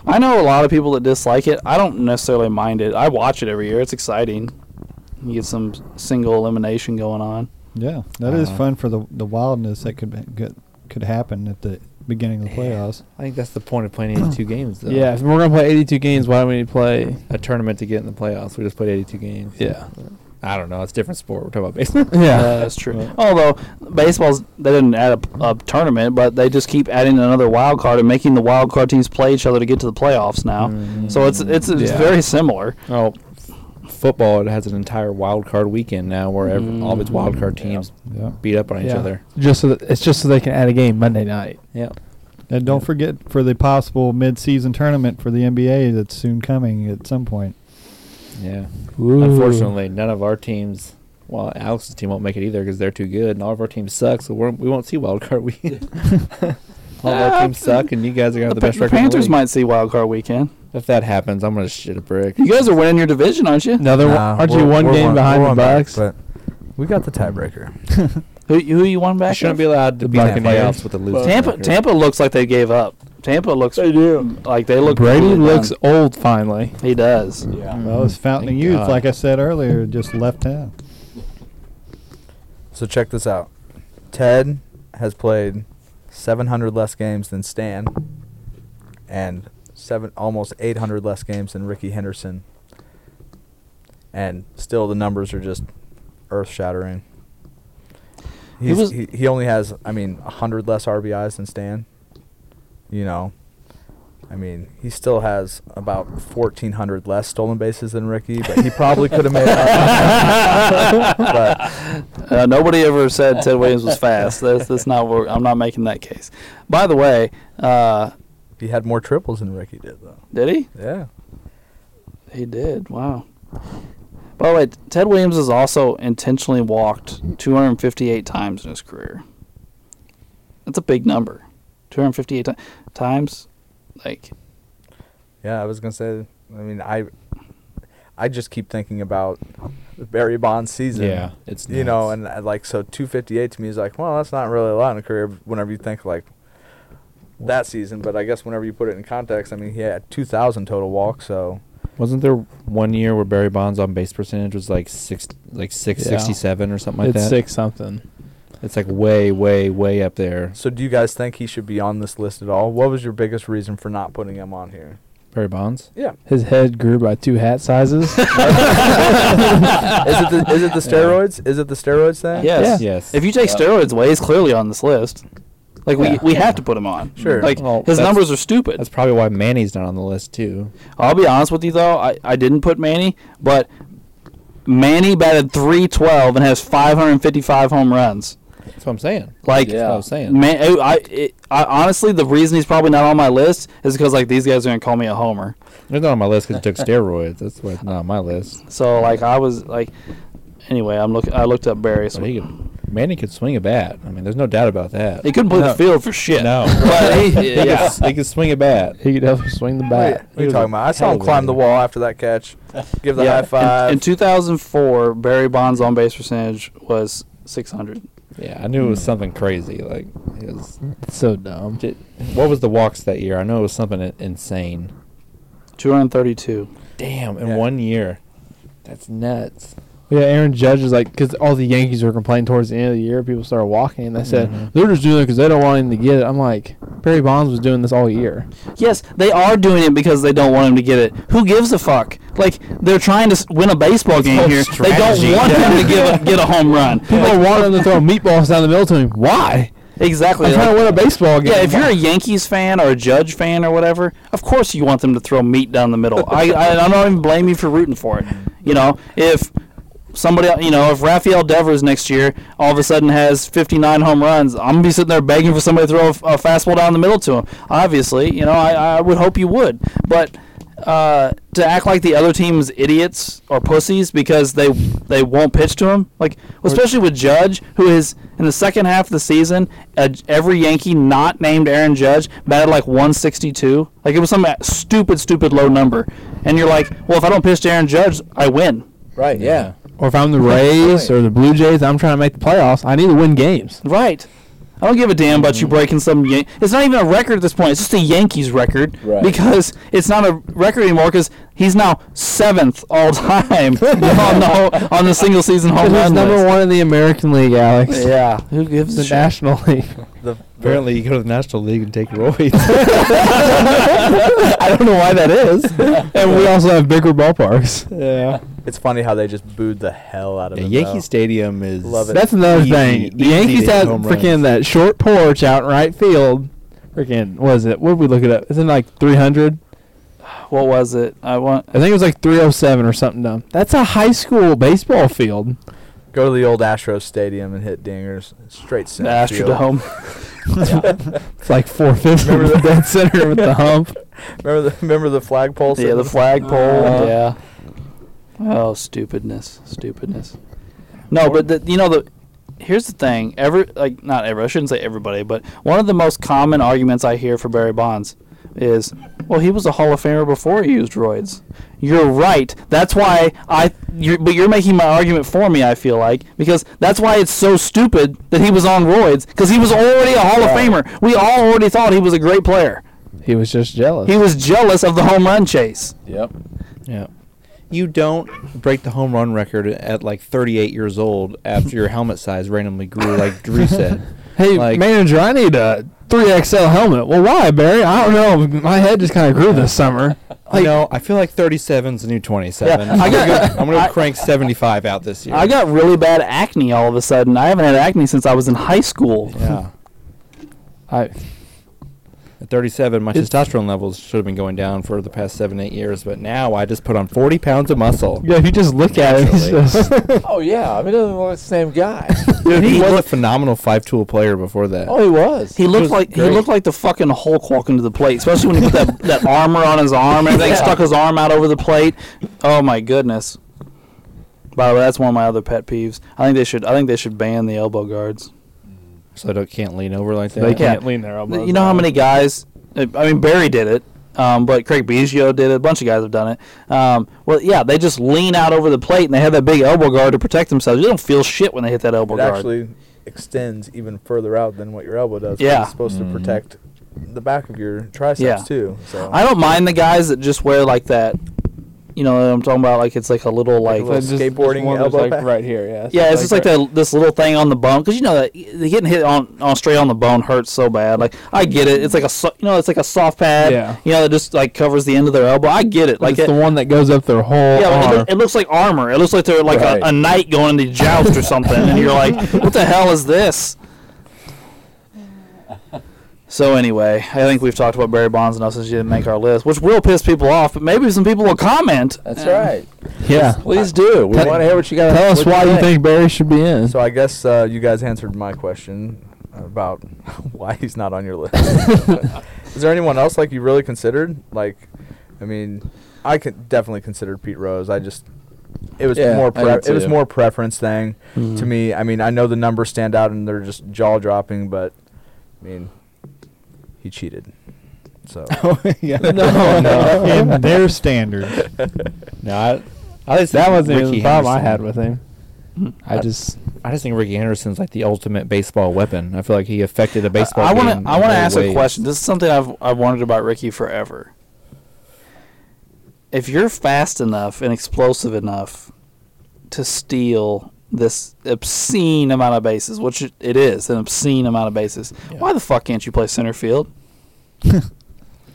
A: I know a lot of people that dislike it. I don't necessarily mind it. I watch it every year. It's exciting. You get some single elimination going on.
F: Yeah, that is
A: Uh-huh.
B: Uh,
F: fun for the the wildness that could be, could, could happen at the beginning of the playoffs.
B: I think that's the point of playing
A: [LAUGHS]
B: 82 games, though.
D: yeah, if we're gonna play 82 games, why don't we play?
B: A tournament to get in the playoffs. We just played 82 games.
D: Yeah,
B: I don't know. It's a different sport. We're talking about baseball. [LAUGHS]
D: yeah.
A: Uh, that's true. Although baseball's, they didn't add a, a tournament, but they just keep adding another wild card and making the wild card teams play each other to get to the playoffs now. So it's it's, it's
D: Yeah.
A: very similar.
B: Oh, f- football it has an entire wild card weekend now where ev all of its wild card
A: Mm-hmm.
B: teams
F: Yeah.
B: beat up on each
D: Yeah.
B: other.
D: just so that, it's just so they can add a game Monday night.
B: Yeah.
F: And don't forget for the possible mid-season tournament for the NBA that's soon coming at
D: [LAUGHS]
F: some point.
B: Yeah. Unfortunately, none of our teams. Well, Alex's team won't make it either because they're too good, and all of our teams suck. So we're, we won't see wild card weekend. [LAUGHS] all of our teams suck, and you guys are gonna have
A: The,
B: the,
A: Pa-
B: best
A: the
B: record. in the
A: Panthers
B: league.
A: might see wild card weekend.
B: If that happens, I'm gonna shit a brick.
A: You guys are winning your division, aren't you?
D: No, they're
C: Nah,
D: aren't
C: we're-
D: you one
C: we're
D: game behind
C: we're
D: the
C: one back,
D: Bucks?
C: but we got the tiebreaker.
A: Who who you won
B: You
A: back?
B: shouldn't
A: of?
B: be allowed to
D: The
B: be in the
D: Buccaneers.
B: playoffs with a losing
A: Tampa
B: record.
A: Tampa looks like they gave up. Tampa looks they do like they look.
D: Brady
A: really
D: looks
A: done.
D: old finally.
A: He does.
C: Yeah.
F: Well,
D: Mhm.
F: it's Fountain
B: Thank
F: of Youth,
B: God.
F: like I said earlier, just left town.
C: So check this out. Ted has played 700 less games than Stan, and seven almost 800 less games than Ricky Henderson. And still, the numbers are just earth-shattering.
A: He
C: He's,
A: was-
C: he, he only has, I mean, 100 less RBIs than Stan. You know, I mean, he still has about 1,400 less stolen bases than Ricky, but he probably
A: [LAUGHS]
C: could have made up. but
A: Uh, nobody ever said Ted Williams was fast. That's [LAUGHS] that's not. Where, I'm not making that case. By the way, uh,
C: He had more triples than Ricky did, though.
A: did he?
C: Yeah.
A: He did. Wow. By the way, Ted Williams has also intentionally walked 258 times in his career. That's a big number. 258 ti- times. Like
C: Yeah, I was gonna say. I mean, I, I just keep thinking about Barry Bonds' season.
B: Yeah, it's
C: you know,
B: nuts.
C: and uh, like so, two fifty eight to me is like, well, that's not really a lot in a career. Whenever you think like that season, but I guess whenever you put it in context, I mean, he had two thousand total walks. So
B: Wasn't there one year where Barry Bonds on base percentage was like six, like six
D: Yeah.
B: sixty seven or something like
D: it's
B: that?
D: six something.
B: It's like way, way, way up there.
C: so do you guys think he should be on this list at all? What was your biggest reason for not putting him on here?
B: Barry Bonds.
C: Yeah.
D: His head grew by two hat [LAUGHS] sizes.
C: Is it the, is it the steroids? Is it the steroids thing?
A: yes.
B: Yes.
A: If you take steroids away, he's clearly on this list. Like we,
B: Yeah.
A: we have to put him on.
C: Sure.
A: Like
B: Well,
A: his
B: that's-
A: numbers are stupid.
B: that's probably why Manny's not on the list too.
A: I'll be honest with you though, I, I didn't put Manny, but Manny batted 312 and has 555 home runs.
B: That's what I'm saying.
A: Like
B: That's what I was saying.
A: man, I, I, it, I honestly the reason he's probably not on my list is because like these guys are gonna call me a homer.
B: It's not on my list because it took steroids. That's why it's not on my list.
A: So like I was like, anyway, I'm looking. I looked up Barry. So
B: But he could, Manny could swing a bat. I mean, there's no doubt about that.
A: he couldn't play the field for shit. [LAUGHS]
B: No.
A: but he,
B: [LAUGHS] He could-
A: yeah.
B: he could swing a bat.
D: he could definitely swing the [LAUGHS]
C: Wait,
D: bat.
C: what are
B: He
C: you
B: was
C: talking
B: a
C: about? I
B: hell
C: saw him
B: of a
C: climb the
B: leader.
C: wall after that
B: [LAUGHS]
C: catch, give the high
A: In-
C: five.
A: In, 2004, Barry Bonds' on base percentage was 600.
B: Yeah, I knew it was something crazy. Like, it was,
D: It's so dumb.
B: J- what was the walks that year? I know it was something i- insane.
A: 232.
B: Damn, in
C: Yeah.
B: one year. That's nuts.
D: Yeah, Aaron Judge is like, because all the Yankees were complaining towards the end of the year, people started walking, and they said they're just doing it because they don't want him to get it. I'm like, Barry Bonds was doing this all year.
A: Yes, they are doing it because they don't want him to get it. Who gives a fuck? Like they're trying to s- win a baseball game
B: whole
A: here. They
B: strategy.
A: don't want him to give a, get a home run.
D: People
A: Like,
D: wanted him to throw meatballs down the middle to him. Why?
A: exactly.
D: I'm trying
A: like-
D: to win a baseball game.
A: yeah, if you're a Yankees fan or a Judge fan or whatever, of course you want them to throw meat down the middle. I, I I don't even blame you for rooting for it. You know, if somebody, you know, if Rafael Devers next year all of a sudden has 59 home runs, I'm gonna be sitting there begging for somebody to throw a, f- a fastball down the middle to him. Obviously, you know, I, I would hope you would, but uh, to act like the other team's idiots or pussies because they they won't pitch to him, like especially with Judge, who is in the second half of the season, uh, every Yankee not named Aaron Judge batted like 162, like it was some stupid, stupid low number, and you're like, well, if I don't pitch to Aaron Judge, I win.
E: Right, yeah.
D: or if I'm the Rays or the Blue Jays, I'm trying to make the playoffs. I need to win games.
A: Right. I don't give a damn about you breaking some. Yan- it's not even a record at this point. It's just a Yankees record
E: Right.
A: because it's not a record anymore because he's now seventh all time [LAUGHS] [LAUGHS] on the whole, on the single season home
D: Who's
A: run
D: number
A: list.
D: one in the American League, Alex?
A: Yeah, who gives
D: The
A: a shit?
D: National
A: [LAUGHS]
D: League.
C: The,
B: Apparently, you go to the National League and take
D: [LAUGHS]
B: roids.
A: I don't know why that is.
D: and we also have bigger ballparks.
F: [LAUGHS]
B: yeah.
C: it's funny how they just booed the hell out of
B: yeah
C: him.
B: Yankee
C: though.
B: Stadium is.
C: Love it.
D: That's another
B: Easy-
D: thing. The
B: easy
D: Yankees
B: to hit
D: had
B: home
D: freaking
B: runs.
D: that short porch out in right field. Freaking, what is it? What did we look it up? Isn't it like 300?
A: What was it? I want.
D: I think it was like 307 or something dumb. That's a high school baseball field.
C: Go to the old Astros Stadium and hit dingers straight
A: The
C: center. field.
A: Astrodome.
D: It's like 450
C: Remember that?
D: dead center with the hump.
C: [LAUGHS] Remember the remember the flagpole?
A: yeah, the
C: sitting-
A: flagpole.
C: Uh,
A: yeah. Oh, stupidness, stupidness. No, but the, you know the. Here's the thing. Every like not every. I shouldn't say everybody, but one of the most common arguments I hear for Barry Bonds is, well, he was a Hall of Famer before he used roids. You're right. That's why I. You're, but you're making my argument for me. I feel like because that's why it's so stupid that he was on roids because he was already a Hall
E: Right.
A: of Famer. We all already thought he was a great player.
D: He was just jealous.
A: He was jealous of the home run chase.
E: Yep.
B: Yeah. You don't break the home run record at like 38 years old after your helmet size randomly grew, like Drew said.
D: Hey,
B: Like-
D: manager, I need a 3XL helmet. Well, why, Barry? I don't know. My head just kind of grew this summer.
B: you know, I feel like 37's the new 27.
A: Yeah, I
B: I'm
A: got-
B: gonna go- I'm going
A: I-
B: to crank 75 out this year.
A: I got really bad acne all of a sudden. I haven't had acne since I was in high school.
B: Yeah.
D: I,
B: At 37, my
D: It's-
B: testosterone levels should have been going down for the past seven, eight years, but now I just put on 40 pounds of muscle.
D: yeah, if you just look at him, he's
B: Naturally.
D: just.
E: Oh yeah, I mean, it doesn't look like the same guy.
B: Dude, he was a phenomenal five-tool player before that.
E: oh, he was.
A: He looked
B: was
A: like
B: great.
A: he looked like the fucking Hulk walking to the plate, especially when he put that, [LAUGHS] that armor on his arm. Everything stuck his arm out over the plate. Oh my goodness! By the way, that's one of my other pet peeves. I think they should I think they should ban the elbow guards.
B: So I don't, can't lean over like that.
D: They
A: Yeah.
D: can't lean their elbows.
A: You know how
D: out.
A: many guys? I mean, Barry did it, um, but Craig Biggio did it. A bunch of guys have done it. Um, well, yeah, they just lean out over the plate and they have that big elbow guard to protect themselves. You don't feel shit when they hit that elbow
C: It
A: guard.
C: actually extends even further out than what your elbow does. 'cause
A: Yeah.
C: It's supposed to protect the back of your triceps
A: Yeah.
C: too. So
A: I don't mind the guys that just wear like that. You know what I'm talking about? Like it's like a little like,
C: a little-
D: Just- just
C: skateboarding
D: one that's
C: elbow
D: like
C: pad?
D: right here. Yeah.
A: yeah, it's just like that this little thing on the bone because you know that y- getting hit on, on straight on the bone hurts so bad. Like I get it. It's like a so, you know it's like a soft pad.
D: Yeah.
A: You know that just like covers the end of their elbow. I get it. Like
D: Like it's
A: it,
D: the one that goes up their whole
A: yeah, like, it,
D: arm.
A: loo- it looks like armor. It looks like they're like
E: Right.
A: a, a knight going into joust or something, and you're
E: [LAUGHS]
A: like, what the hell is this? So anyway, I think we've talked about Barry Bonds enough since you didn't make our list, which will piss people off, but maybe some people will comment.
E: That's
A: and-
B: [LAUGHS]
E: right.
D: yeah.
E: Please do. We
D: Tell-
E: want to hear what you got.
D: Tell us why you think Barry should be in.
C: So I guess uh, you guys answered my question about [LAUGHS] why he's not on your
E: [LAUGHS]
C: list. Is there anyone else like you really considered? Like, I mean, I could definitely considered Pete Rose. I just it was
E: Yeah,
C: more
E: I
C: pre-
E: did
C: it was
E: too. Mm-hmm.
C: more preference thing to me. I mean, I know the numbers stand out and they're just jaw dropping, but I mean, he cheated.
E: [LAUGHS]
C: So
B: Oh,
A: [LAUGHS]
D: [LAUGHS]
B: yeah.
D: no, Oh,
F: [LAUGHS]
D: no.
F: in their standards.
B: No, I, I just
D: That
B: think
D: wasn't even
B: Ricky
D: the problem I
B: Henderson-
D: had with him. I just
B: I just think Ricky Henderson's like the ultimate baseball weapon. I feel like he affected the baseball.
A: I want
B: game
A: to. I
B: in
A: want to
B: many
A: ask a
B: ways.
A: question. This is something I've I've wondered about Ricky forever. If you're fast enough and explosive enough to steal this obscene amount of bases, which it it is an obscene amount of bases, why the fuck can't you play center field?
B: [LAUGHS]
C: because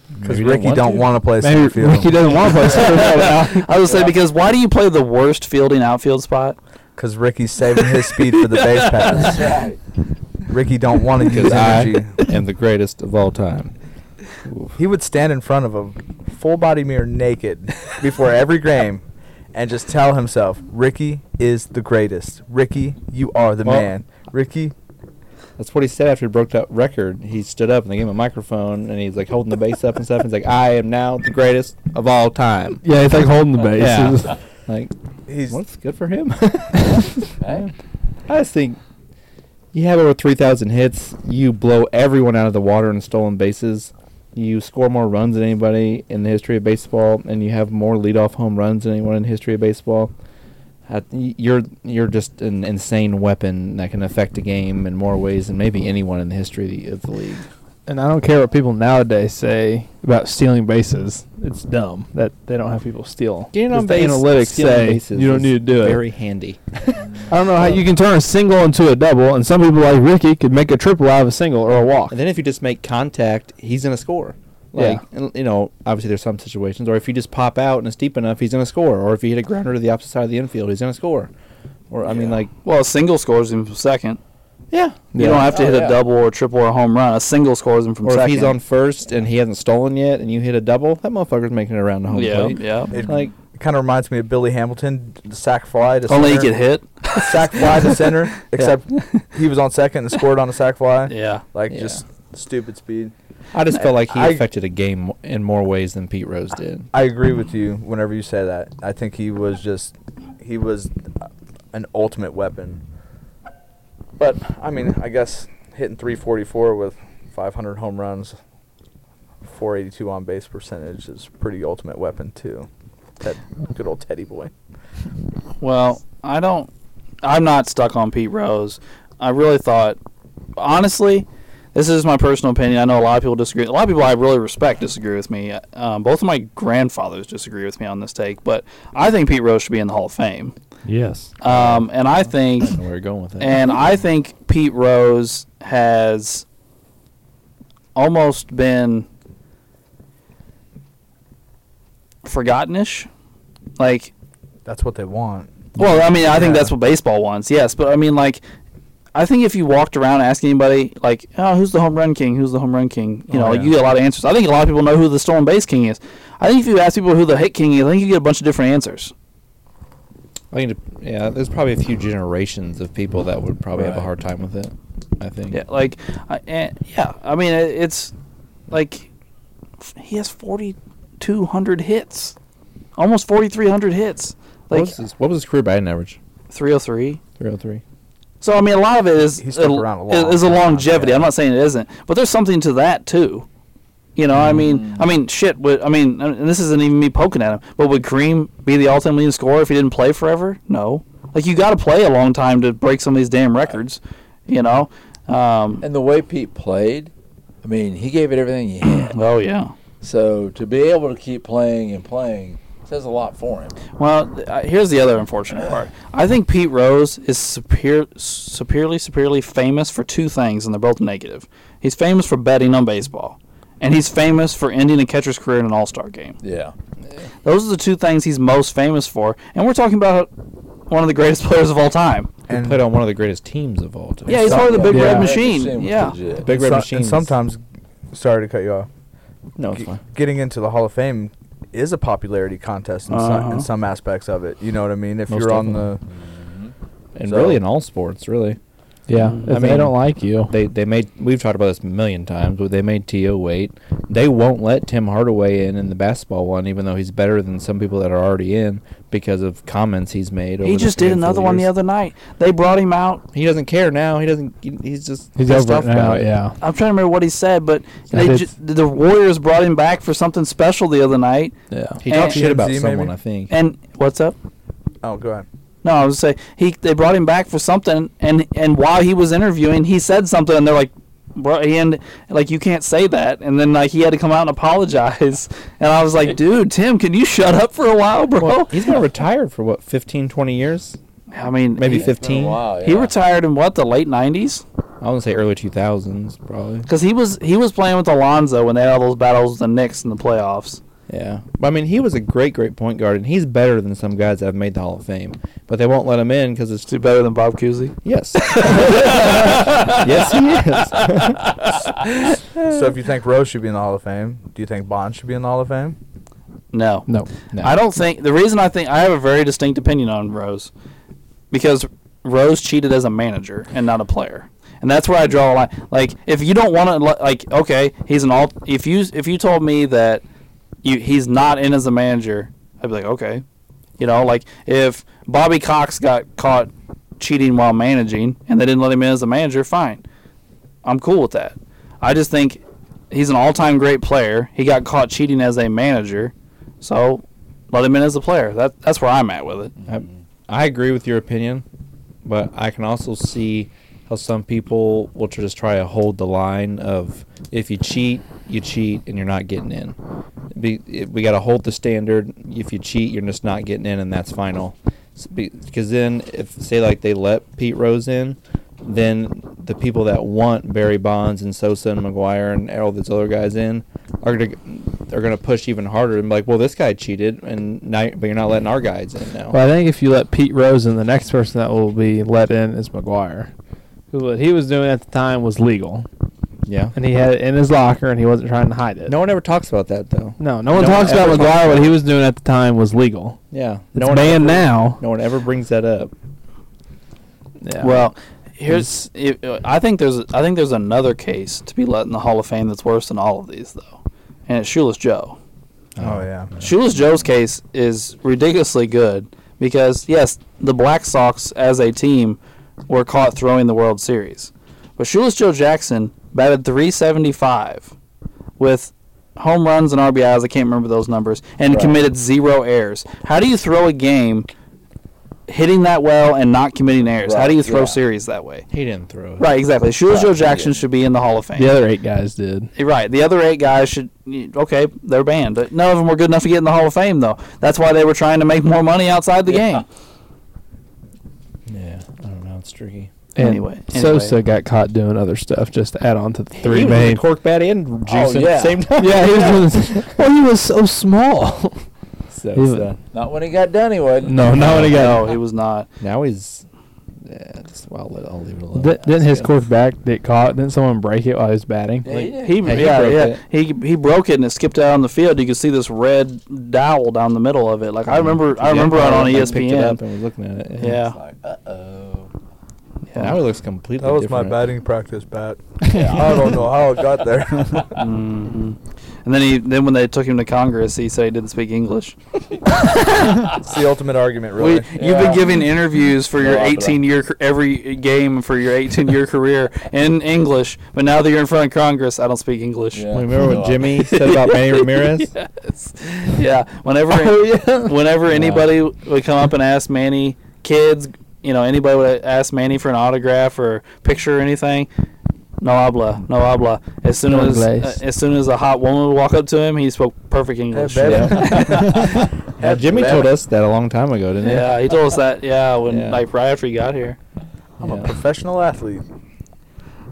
B: Maybe you don't
C: Ricky
B: want
C: don't
B: to.
C: want to play
D: [LAUGHS] maybe
C: center field.
D: Ricky doesn't want to play center field now.
A: [LAUGHS] I would say because why do you play the worst fielding outfield
B: [LAUGHS]
A: spot?
C: Because Ricky's saving his speed for the
E: [LAUGHS]
C: base pass.
E: Right.
C: Ricky don't want to use
B: Because
C: energy.
B: I am the greatest of all time.
C: He would stand in front of a full body mirror naked before every game and just tell himself, Ricky is the greatest. Ricky, you are the
B: Well-
C: man. Ricky,
B: That's what he said after he broke that record. He stood up and they gave him a microphone and he's like holding the bass up and stuff. And he's like, I am now the greatest of all time.
D: Yeah, he's like holding the base.
B: [LAUGHS] Yeah. Like,
C: he's
B: what's good for him?
E: Hey,
B: I just think you have over 3,000 hits. You blow everyone out of the water in stolen bases. You score more runs than anybody in the history of baseball, and you have more leadoff home runs than anyone in the history of baseball. I, you're you're just an insane weapon that can affect a game in more ways than maybe anyone in the history of the league.
D: [LAUGHS] And I don't care what people nowadays say about stealing bases. It's dumb that they don't have people steal.
B: Getting
D: 'Cause
B: on
D: the
B: base,
D: analytics
B: stealing
D: say
B: bases
D: you don't
B: is
D: need to do it.
B: Very handy.
D: I don't know how you can turn a single into a double, and some people like Ricky could make a triple out of a single or a walk.
B: And then if you just make contact, he's gonna score.
D: Yeah.
B: Like and, you know, obviously there's some situations, or if you just pop out and it's deep enough, he's gonna score. Or if you hit a grounder to the opposite side of the infield, he's gonna score. Or I mean,
C: Yeah.
B: like
A: Well, a single scores him from second.
B: yeah.
A: You
D: Yeah.
A: don't have to
C: Oh,
A: hit
C: yeah.
A: a double or a triple or a home run. A single scores him from
B: Or
A: second.
B: if he's on first and he hasn't stolen yet, and you hit a double, that motherfucker's making it around the home
A: yeah,
B: plate.
A: yeah.
C: It
B: Like
C: kind of reminds me of Billy Hamilton, the sack fly to
A: Only he
C: center,
A: could hit.
C: sack fly
A: [LAUGHS]
C: to center, except he was on second and scored on a sack fly.
A: Yeah.
C: Like
B: Yeah.
C: just stupid speed.
B: I just felt like he
C: I-
B: affected a game in more ways than Pete Rose did.
C: I agree with you whenever you say that. I think he was just he was an ultimate weapon. But I mean, I guess hitting 344 with 500 home runs, 482 on base percentage is pretty ultimate weapon too. That good old Teddy boy.
A: Well, I don't. I'm not stuck on Pete Rose. I really thought, honestly, this is my personal opinion. I know a lot of people disagree. A lot of people I really respect disagree with me. Um, both of my grandfathers disagree with me on this take, but I think Pete Rose should be in the Hall of Fame.
F: Yes.
A: Um, and I think
B: I don't know where you're going with it.
A: and I think Pete Rose has almost been forgottenish. Like,
C: That's what they want.
A: well, I mean, I think
C: Yeah.
A: that's what baseball wants. Yes, but I mean, like, I think if you walked around asking anybody, like, oh, who's the home run king? Who's the home run king? You
C: Oh,
A: know,
C: yeah.
A: you get a lot of answers. I think a lot of people know who the stolen base king is. I think if you ask people who the hit king is, I think you get a bunch of different answers.
B: I think, it- yeah, there's probably a few generations of people that would probably have a
C: Right.
B: hard time with it. I think.
A: Yeah, like, I, and, yeah, I mean, it, it's like f- he has 4,200 hits, almost 4,300 hits,
B: what,
A: like
B: was his, what was his career batting average?
A: 303.
B: 303.
A: So I mean, a lot of it is
C: He stuck around a long
A: is, is a
C: time,
A: longevity.
C: yeah.
A: I'm not saying it isn't, but there's something to that too. You know, I mean,
E: Mm.
A: I mean, shit. Would, I mean, and this isn't even me poking at him, but would Kareem be the all-time leading scorer if he didn't play forever? No. Like you got to play a long time to break some of these damn records. You know. Um,
E: And the way Pete played, I mean, he gave it everything he had.
A: oh yeah.
E: So to be able to keep playing and playing says a lot for him.
A: Well, th- uh, here's the other unfortunate part. I think Pete Rose is superior, superiorly, superiorly famous for two things, and they're both negative. He's famous for betting on baseball, and he's famous for ending a catcher's career in an All Star game.
E: Yeah.
A: Those are the two things he's most famous for, and we're talking about one of the greatest [LAUGHS] players of all time.
B: He
C: And
B: played on one of the greatest teams of all time.
A: Yeah, he's part of the Big
E: Yeah.
A: Red
E: Yeah.
A: Machine.
E: Machine was
A: Yeah.
E: legit.
B: Big Red
C: so-
B: Machine.
C: and
B: is-
C: sometimes sorry to cut you off.
B: No, it's
C: Ge-
B: fine.
C: Getting into the Hall of Fame is a popularity contest in, some,
A: Uh-huh.
C: in some aspects of it. You know what I mean? If
B: Most
C: you're on the
B: definitely. And
C: So-
B: really in all sports, really.
D: Yeah,
A: Mm.
D: if
B: I
D: they
B: mean-
D: don't like you,
B: They they made we've talked about this a million times, but they made T.O. wait. They won't let Tim Hardaway in in the basketball one, even though he's better than some people that are already in because of comments he's made. Over
A: He
B: the
A: just did
B: handful
A: another
B: of
A: one the
B: years.
A: other night. They brought him out.
B: He doesn't care now. He doesn't. he- He's just
D: he's
B: pissed
D: over
B: off
D: it now.
B: about it.
D: Yeah,
A: I'm trying to remember what he said, but
D: I
A: they
D: did-
A: ju- the Warriors brought him back for something special the other night.
D: yeah.
B: He
A: And-
B: talked shit about
C: TMZ
B: someone,
C: maybe?
B: I think.
A: And what's up?
C: Oh, go ahead.
A: No, I was say he they brought him back for something, and and while he was interviewing, he said something, and they're like, bro, and like you can't say that, and then like he had to come out and apologize, [LAUGHS] and I was like, dude, Tim, can you shut up for a while, bro?
B: Well, he's been retired for what 15, 20 years,
A: I mean,
B: maybe
A: he,
E: It's been a
B: 15. I
E: while,
A: He
E: yeah.
A: retired in what the late '90s,
B: want to say early 2000s, probably.
A: because he was he was playing with Alonzo when they had all those battles with the Knicks in the playoffs.
B: Yeah, but I mean, he was a great, great point guard, and he's better than some guys that have made the Hall of Fame. But they won't let him in because it's
A: Is he
B: too.
A: better than Bob Cousy?
B: Yes. [LAUGHS] yes, he is.
C: so if you think Rose should be in the Hall of Fame, do you think Bond should be in the Hall of Fame?
A: No.
D: No,
B: No.
A: I don't think the reason I think I have a very distinct opinion on Rose because Rose cheated as a manager and not a player. And that's where I draw a line. Like if you don't want to like okay, he's an all if you if you told me that you he's not in as a manager, I'd be like okay. You know, like if Bobby Cox got caught cheating while managing and they didn't let him in as a manager, fine. I'm cool with that. I just think he's an all-time great player. He got caught cheating as a manager, so let him in as a player. That that's where I'm at with it.
B: I, I agree with your opinion, but I can also see how some people will tr- just try to hold the line of if you cheat, you cheat, and you're not getting in. Be, it- we got to hold the standard. If you cheat, you're just not getting in, and that's final. Because then, if say like they let Pete Rose in, then the people that want Barry Bonds and Sosa and McGuire and all these other guys in are gonna are gonna push even harder and be like, well, this guy cheated, and now but you're not letting our guys in now.
D: Well, I think if you let Pete Rose in, the next person that will be let in is McGuire. Who what he was doing at the time was legal,
B: Yeah.
D: and he had it in his locker, and he wasn't trying to hide it.
B: No one ever talks about that though.
D: no, no one
B: no one
D: talks about
B: ever talks
D: McGuire.
B: about
D: What he
B: it.
D: was doing at the time was legal.
B: Yeah.
D: It's
B: no one
D: banned
B: ever,
D: now.
B: No one ever brings that up.
D: Yeah.
A: Well, here's if, I think there's I think there's another case to be let in the Hall of Fame that's worse than all of these though, and it's Shoeless Joe.
C: Oh yeah.
A: Shoeless Joe's case is ridiculously good because yes, the Black Sox as a team were caught throwing the World Series, but Shoeless Joe Jackson batted 375 with home runs and RBIs. I can't remember those numbers and
E: Right.
A: committed zero errors. How do you throw a game? Hitting that well and not committing errors. How do
E: Right,
A: you throw
E: yeah.
A: series that way?
B: He didn't throw it.
A: Right, exactly. Shoeless
E: Right,
A: Joe
E: yeah.
A: Jackson should be in the Hall of Fame.
D: the other eight guys did.
A: You're Right. The other eight guys should. Okay, they're banned. But None of them were good enough to get in the Hall of Fame, though. That's why they were trying to make more money outside the game.
B: Yeah. I don't know. It's tricky.
D: And
A: Anyway,
D: Sosa
A: anyway.
D: got caught doing other stuff just to add on to the
B: He
D: three
B: was in
D: main.
B: cork bat and juice
E: Oh,
B: at the
E: yeah.
B: same time. [LAUGHS]
D: [LAUGHS] Yeah, he was. doing this- [LAUGHS] Well, he was so small.
B: So,
D: He was-
B: so
E: Not when he got done, he
D: [LAUGHS]
E: would.
B: Oh,
D: no, not when he got.
A: No, he was not.
B: now he's. Yeah, just, well, I'll, let, I'll leave it [LAUGHS] alone.
D: Di- didn't
B: That's
D: his
B: good.
D: cork back get caught? Didn't someone break it while he was batting?
E: Yeah, he did.
A: He,
B: Yeah, he
A: yeah,
B: broke
A: yeah.
B: it.
A: He he broke it and it skipped out on the field. You could see this red dowel down the middle of it. Like
B: Mm-hmm.
A: I remember, I
B: Yeah,
A: remember it on E
B: I picked it up
A: ESPN.
B: and was looking at it.
A: Yeah,
E: It's like, uh-oh.
A: yeah.
B: Now it looks completely
C: That was
B: different.
C: my batting practice bat. I don't know how it got there. [LAUGHS]
A: Mhm. And then he then when they took him to Congress, he said he didn't speak English.
C: it's [LAUGHS] the ultimate argument,
A: We,
C: really.
A: You've
E: Yeah.
A: been giving interviews for your
E: Yeah, but I-
A: 18 year every game for your 18 year career in English, but now that you're in front of Congress, I don't speak English.
E: Yeah.
B: Remember [LAUGHS]
E: No,
B: what Jimmy said about [LAUGHS] Manny Ramirez?
A: [LAUGHS] Yes. Yeah.
D: [LAUGHS]
A: Whenever
D: Oh,
A: whenever anybody would come up and ask Manny, kids, you know, anybody would ask Manny for an autograph or picture or anything. No habla, no habla. As soon
D: No
A: as uh,
D: inglés.
A: as soon as a hot woman would walk up to him, he spoke perfect [LAUGHS] English.
C: baby. [LAUGHS]
B: Yeah, Jimmy told us that a long time ago, didn't
A: [LAUGHS]
B: he?
A: Yeah, he told us that. Yeah, when
B: Yeah.
A: like right after he got here.
C: I'm
D: [LAUGHS]
C: a
B: Yeah.
C: professional athlete.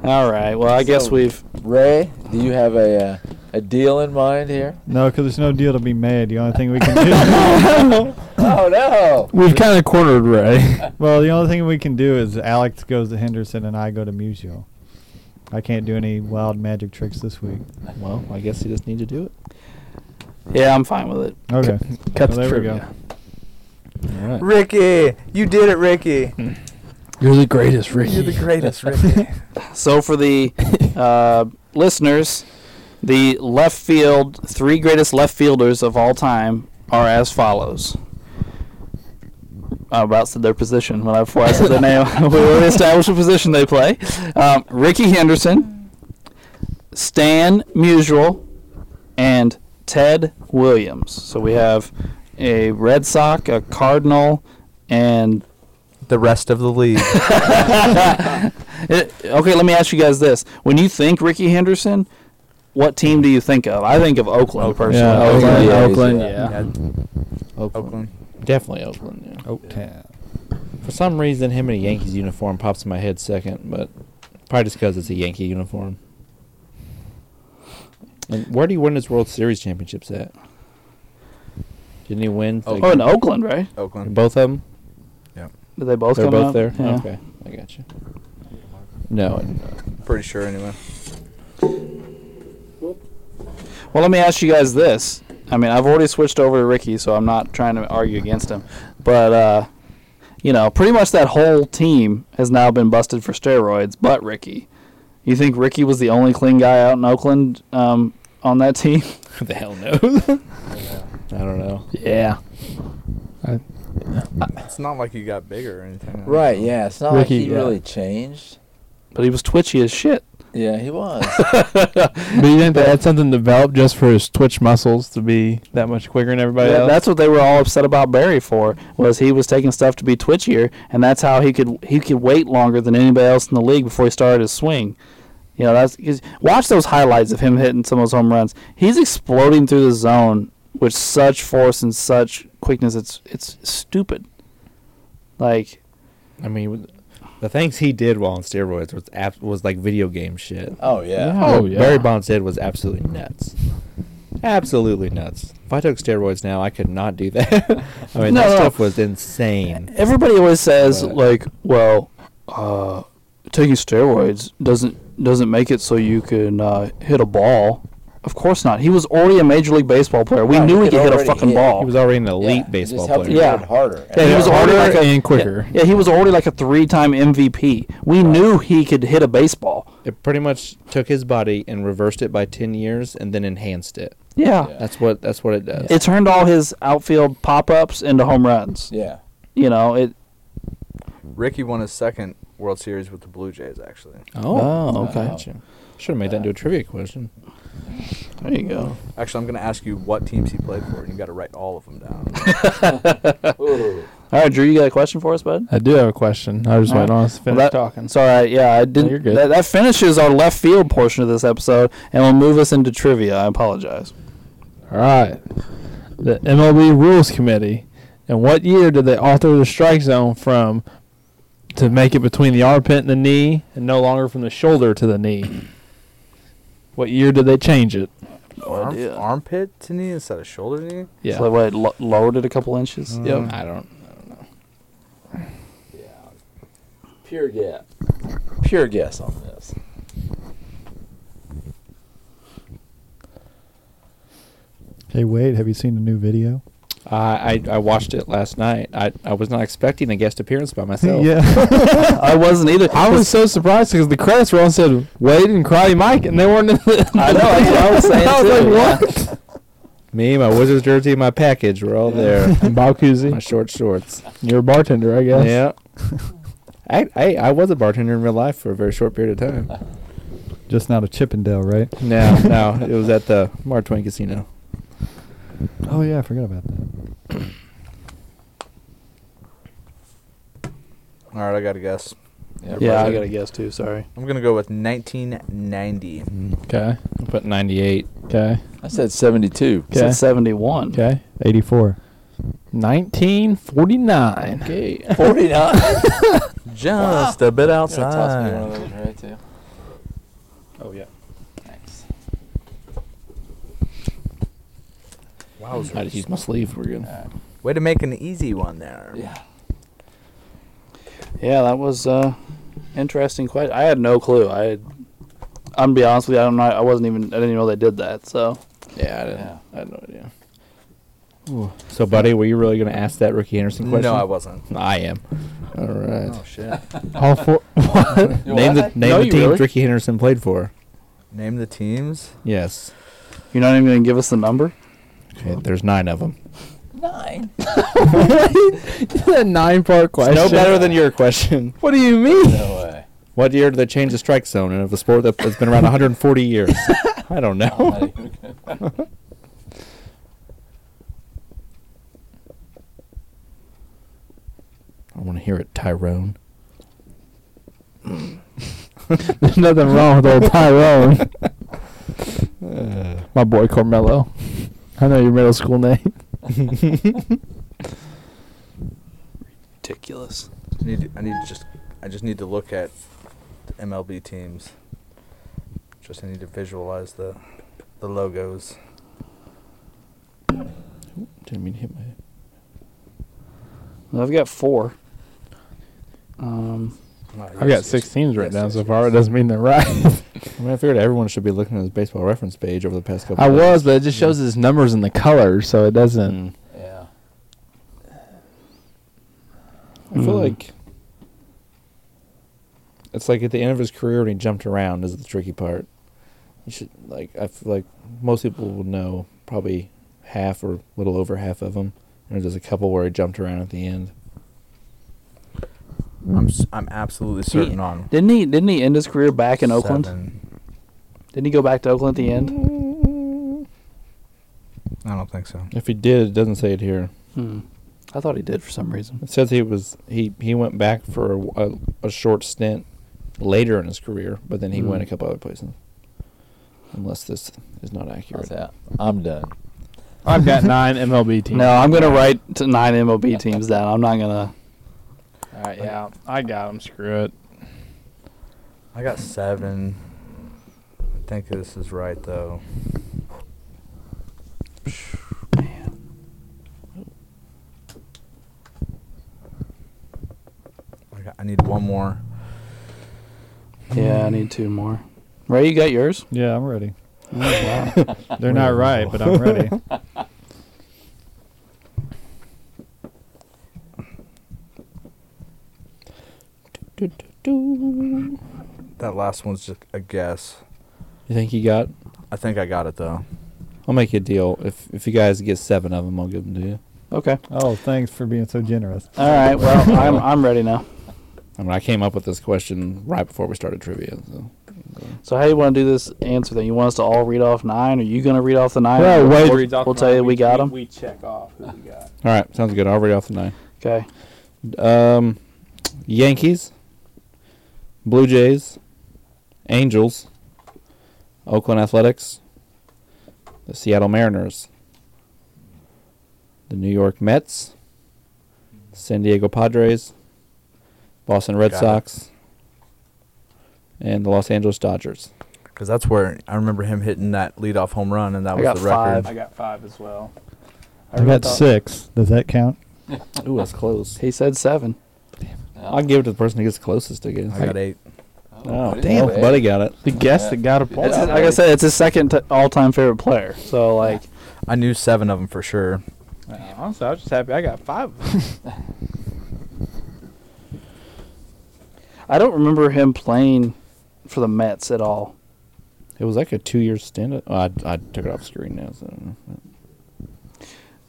A: All right. Well, I guess
E: So-
A: we've
E: Ray, do you have a uh, a deal in mind here?
F: [LAUGHS] No, because there's no deal to be made. The only thing
D: [LAUGHS]
F: we can do,
E: Oh no!
D: We've kind of cornered Ray.
F: well, the only thing we can do is Alex goes to Henderson and I go to Musio. I can't do any wild magic tricks this week.
B: Well, I guess he just need to do it.
A: yeah, I'm fine with it.
F: [LAUGHS] Okay,
D: Cut
F: Well,
D: the
F: there we
D: trivia.
B: All right.
C: Ricky, you did it, Ricky.
D: You're the greatest, Ricky.
C: You're the
D: [LAUGHS]
C: greatest, Ricky.
A: So for the uh, listeners, the left field three greatest left fielders of all time are as follows. I about said their position when I before I said their name. [LAUGHS] we already established the position they play. Um, Ricky Henderson, Stan Musial, and Ted Williams. So we have a Red Sox, a Cardinal, and
C: the rest of the league.
A: It, Uh, okay, let me ask you guys this: When you think Ricky Henderson, what team do you think of? I think of Oakland personally.
D: Yeah, Oakland,
E: yeah,
D: Oakland,
E: yeah.
D: yeah.
B: Oakland.
C: Oakland.
B: Definitely Oakland. Yeah.
F: Oaktown.
B: For some reason, him in a Yankees uniform pops in my head second, but probably just because it's a Yankee uniform. And where do you win his World Series championships at? Didn't he win?
C: Oh,
A: Oh, in Oakland, right?
C: Oakland.
B: both of them?
A: Did they both
B: They're
A: come
B: both
A: up?
B: there?
A: Yeah.
B: Okay. I got you. No.
C: Pretty sure, anyway.
A: Well, let me ask you guys this. I mean, I've already switched over to Ricky, so I'm not trying to argue against him. But uh, you know, pretty much that whole team has now been busted for steroids, but Ricky. You think Ricky was the only clean guy out in Oakland um, on that team?
B: Who the hell knows?
A: [LAUGHS]
B: I don't know.
D: Yeah. Uh,
C: It's not like you got bigger or anything.
E: Right? Yeah. It's not
D: Ricky,
E: like he
D: yeah.
E: really changed.
A: But he was twitchy as shit.
E: Yeah, he
A: [LAUGHS]
E: was.
D: But you think they had something developed just for his twitch muscles to be that much quicker than everybody
A: That-
D: else?
A: that's what they were all upset about Barry for was he was taking stuff to be twitchier, and that's how he could he could wait longer than anybody else in the league before he started his swing. You know, that's 'cause- watch those highlights of him hitting some of those home runs. He's exploding through the zone with such force and such quickness. It's it's stupid. Like
B: I mean, the things he did while on steroids was ab- was like video game shit.
E: oh yeah.
D: Oh,
B: What
D: yeah.
B: Barry Bonds did was absolutely nuts. Absolutely nuts. If I took steroids now, I could not do that. [LAUGHS] I mean,
A: No,
B: that
A: no.
B: stuff was insane.
A: everybody always says,
B: Right.
A: like, well, uh, taking steroids doesn't doesn't make it so you can uh, hit a ball. Of course not. He was already a major league baseball player. We
E: Right,
A: knew
E: he
A: he
E: could
A: could hit a
E: already
A: fucking
E: hit.
A: ball.
B: He was already an
E: Yeah,
B: elite
E: it
B: baseball
E: just helped
B: player.
E: you
A: Yeah.
E: hit it harder.
A: Yeah, he was already
D: harder
A: like a-
D: and quicker.
A: Yeah, he was already like a three-time MVP. We knew he could hit a baseball.
B: It pretty much took his body and reversed it by ten years, and then enhanced it.
A: Yeah.
E: Yeah.
B: That's what that's what it does.
A: It turned all his outfield pop-ups into home runs.
E: Yeah.
A: You know, it
C: Ricky won his second World Series with the Blue Jays, actually.
A: Oh, okay.
B: Should have made that into a trivia question.
A: there you go.
C: Actually, I'm going to ask you what teams he played for, and you got to write all of them down.
E: [LAUGHS] Ooh.
A: All right, Drew, you got a question for us, bud?
D: I do have a question. I was just
A: All
D: waiting on us to finish
A: Well, that-
D: talking.
A: Sorry, yeah, I didn't.
D: you're good.
A: That, that finishes our left field portion of this episode, and will move us into trivia. I apologize.
D: All right. The MLB Rules Committee. In what year did they alter the strike zone from to make it between the armpit and the knee and no longer from the shoulder to the knee? What year did they change it?
A: No idea.
C: armpit to knee instead of shoulder to knee?
D: Yeah. Mm.
A: So what? Lo- lowered it a couple inches.
D: Yep.
B: I don't.
E: Yeah. Pure guess. Pure guess on this.
F: Hey, wait, have you seen the new video?
B: I, I I watched it last night. I I was not expecting a guest appearance by myself.
D: [LAUGHS]
F: [LAUGHS] yeah.
A: [LAUGHS] I wasn't either.
D: I was so surprised because the credits were on said Wade and Karate Mike, and they weren't in [LAUGHS] the.
A: I know. That's what I was saying
D: [LAUGHS] I was
A: too.
D: like, what?
B: Me, my Wizards jersey, and my package were all
D: [LAUGHS]
B: there.
D: and Bob
B: my
D: Cousy,
B: short shorts.
D: you're a bartender, I guess.
B: Yeah. [LAUGHS] I, I I was a bartender in real life for a very short period of time.
F: Just not a Chippendale, right?
B: No, no, it was at the Mark Twain Casino.
F: Oh, yeah, I forgot about that.
C: All right, I got to guess.
A: Yeah, I got to guess too. Sorry.
C: I'm going to go with 1990.
D: Okay.
B: I put 98.
D: Okay.
E: I said 72.
A: It's
D: Okay.
A: at seventy-one.
D: Okay.
F: 84.
D: 1949. [LAUGHS]
E: 49.
C: Just a bit
E: Toss me one
C: outside.
E: of those, right, too.
B: Oh yeah.
E: Thanks.
B: I just used my sleeve. We're good.
C: Way to make an easy one there.
E: Yeah.
A: Yeah, that was uh interesting question. I had no clue. I had, I'm gonna be honest with you, I'm not I wasn't even I didn't even know they did that. So
B: Yeah, I didn't.
E: Yeah.
B: I had no idea. So, buddy, were you really going to ask that Ricky Anderson question?
C: No, I wasn't.
B: I am. All right.
C: shit.
D: All four. What?
E: Oh, You
B: name the
E: what?
B: name
E: No,
B: the
E: you
B: teams
E: really-
B: Ricky Henderson played for.
C: [LAUGHS] Name the teams.
B: Yes.
A: you're not even gonna give us the number?
B: Okay, there's nine of them.
E: Nine.
D: that [LAUGHS] nine part question.
B: No better than your question.
D: What do you mean? [LAUGHS]
E: No [LAUGHS] way.
B: What year did they change the strike zone of a sport that has been around 140 years? I don't know.
E: Not even good.
B: I want to hear it, Tyrone.
D: There's nothing wrong with old Tyrone. My boy Carmelo. I know your middle school name.
A: Ridiculous.
C: I need, I need to just, I just need to look at the MLB teams. Just I need to visualize the, the logos.
B: Didn't mean to hit my head.
A: Well, I've got four. Um
D: I've got six teams right now so far. It doesn't mean they're right.
B: I mean, I figured everyone should be looking at his baseball reference page over the past couple.
D: I
B: of
D: was, but it just shows his numbers and the colors, so it
B: days.
D: doesn't.
B: Mm.
E: Yeah.
B: I feel
A: Mm.
B: like it's like at the end of his career when he jumped around is the tricky part. You should like I feel like most people would know probably half or a little over half of them, and there's a couple where he jumped around at the end.
C: I'm, s- I'm absolutely certain on.
A: didn't he didn't he end his career back in Oakland?
C: seven.
A: Didn't he go back to Oakland at the end?
C: I don't think so.
B: If he did, it doesn't say it here.
A: Hmm. I thought he did for some reason.
B: It says he was he he went back for a, a, a short stint later in his career, but then he
A: Hmm.
B: went a couple other places. Unless this is not accurate.
E: That's out. I'm done.
D: I've got nine MLB teams.
A: No, I'm gonna write to nine MLB teams down. I'm not gonna.
D: All right, yeah, I got them. Screw it.
C: I got seven. I think this is right though. I, got, I need one more.
A: Yeah, I need two more. Ray, you got yours?
F: Yeah, I'm ready.
A: Oh, wow.
F: They're not right, but I'm [LAUGHS] ready.
C: That last one's just a guess.
B: You think he got?
C: I think I got it though.
B: I'll make you a deal. If if you guys get seven of them, I'll give them to you.
A: [LAUGHS] okay.
F: Oh, thanks for being so generous.
A: All right. Well, I'm I'm ready now.
B: I mean, I came up with this question right before we started trivia. So.
A: So how do you want to do this answer thing? You want us to all read off nine? Are you gonna read off the nine?
D: Well, Wade
A: we'll, we'll tell you we got them.
D: We check off who we got.
B: All right, sounds good. I'll read off the nine.
A: Okay.
B: Um, Yankees, Blue Jays, Angels, Oakland Athletics, the Seattle Mariners, the New York Mets, San Diego Padres, Boston Red
C: Got it.
B: Sox, and the Los Angeles Dodgers.
C: Because that's where I remember him hitting that leadoff home run, and that
A: I
C: was
A: got
C: the record.
A: five.
D: got five as well.
F: I got six. Does that count?
B: Ooh, that's close.
A: He said seven.
B: I'll give it to the person who gets closest to get it.
C: I got eight.
B: Oh, damn, buddy got it.
D: The guest that got a point.
A: It's, like I said, it's his second t- all-time favorite player. So like,
C: I knew seven of them for sure.
D: Honestly, I was just happy I got five.
A: I don't remember him playing for the Mets at all.
B: It was like a two-year stint. Oh, I, I took it off screen now. So. I don't know.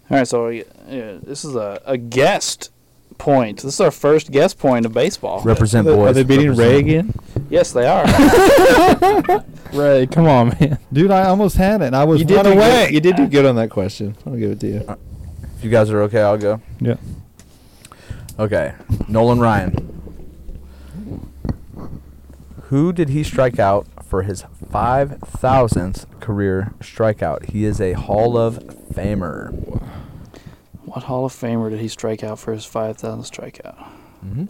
A: All right, so uh, yeah, this is a, a guest point. This is our first guest point of baseball.
C: Represent boys.
B: Are they beating Ray
C: Represent.
B: again?
A: Yes, they
C: [LAUGHS]
A: are.
B: Ray, come on, man.
F: Dude, I almost had it. and I was
B: [LAUGHS] You did,
F: one
B: do
F: away.
B: good, you did do good on that question. I'll give it to you.
C: If you guys are okay, I'll go.
F: Yeah.
C: Okay. Nolan Ryan. Who did he strike out for his 5,000th career strikeout? He is a Hall of Famer.
A: what Hall of Famer did he strike out for his 5,000 strikeout?
C: Mm-hmm.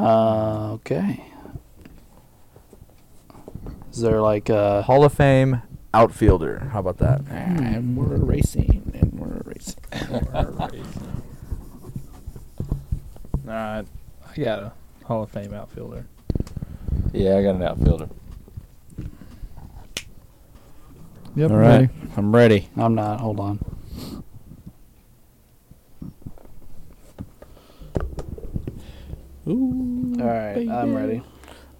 A: Uh, okay. Is there like uh
C: Hall of Fame outfielder. How about that?
B: And we're racing, and we're racing.
D: All right, I got a Hall of Fame outfielder.
E: Yeah, I got an outfielder.
F: Yep.
B: All
F: I'm
B: right,
F: ready.
B: I'm ready.
A: I'm not. Hold on. All right, I'm ready.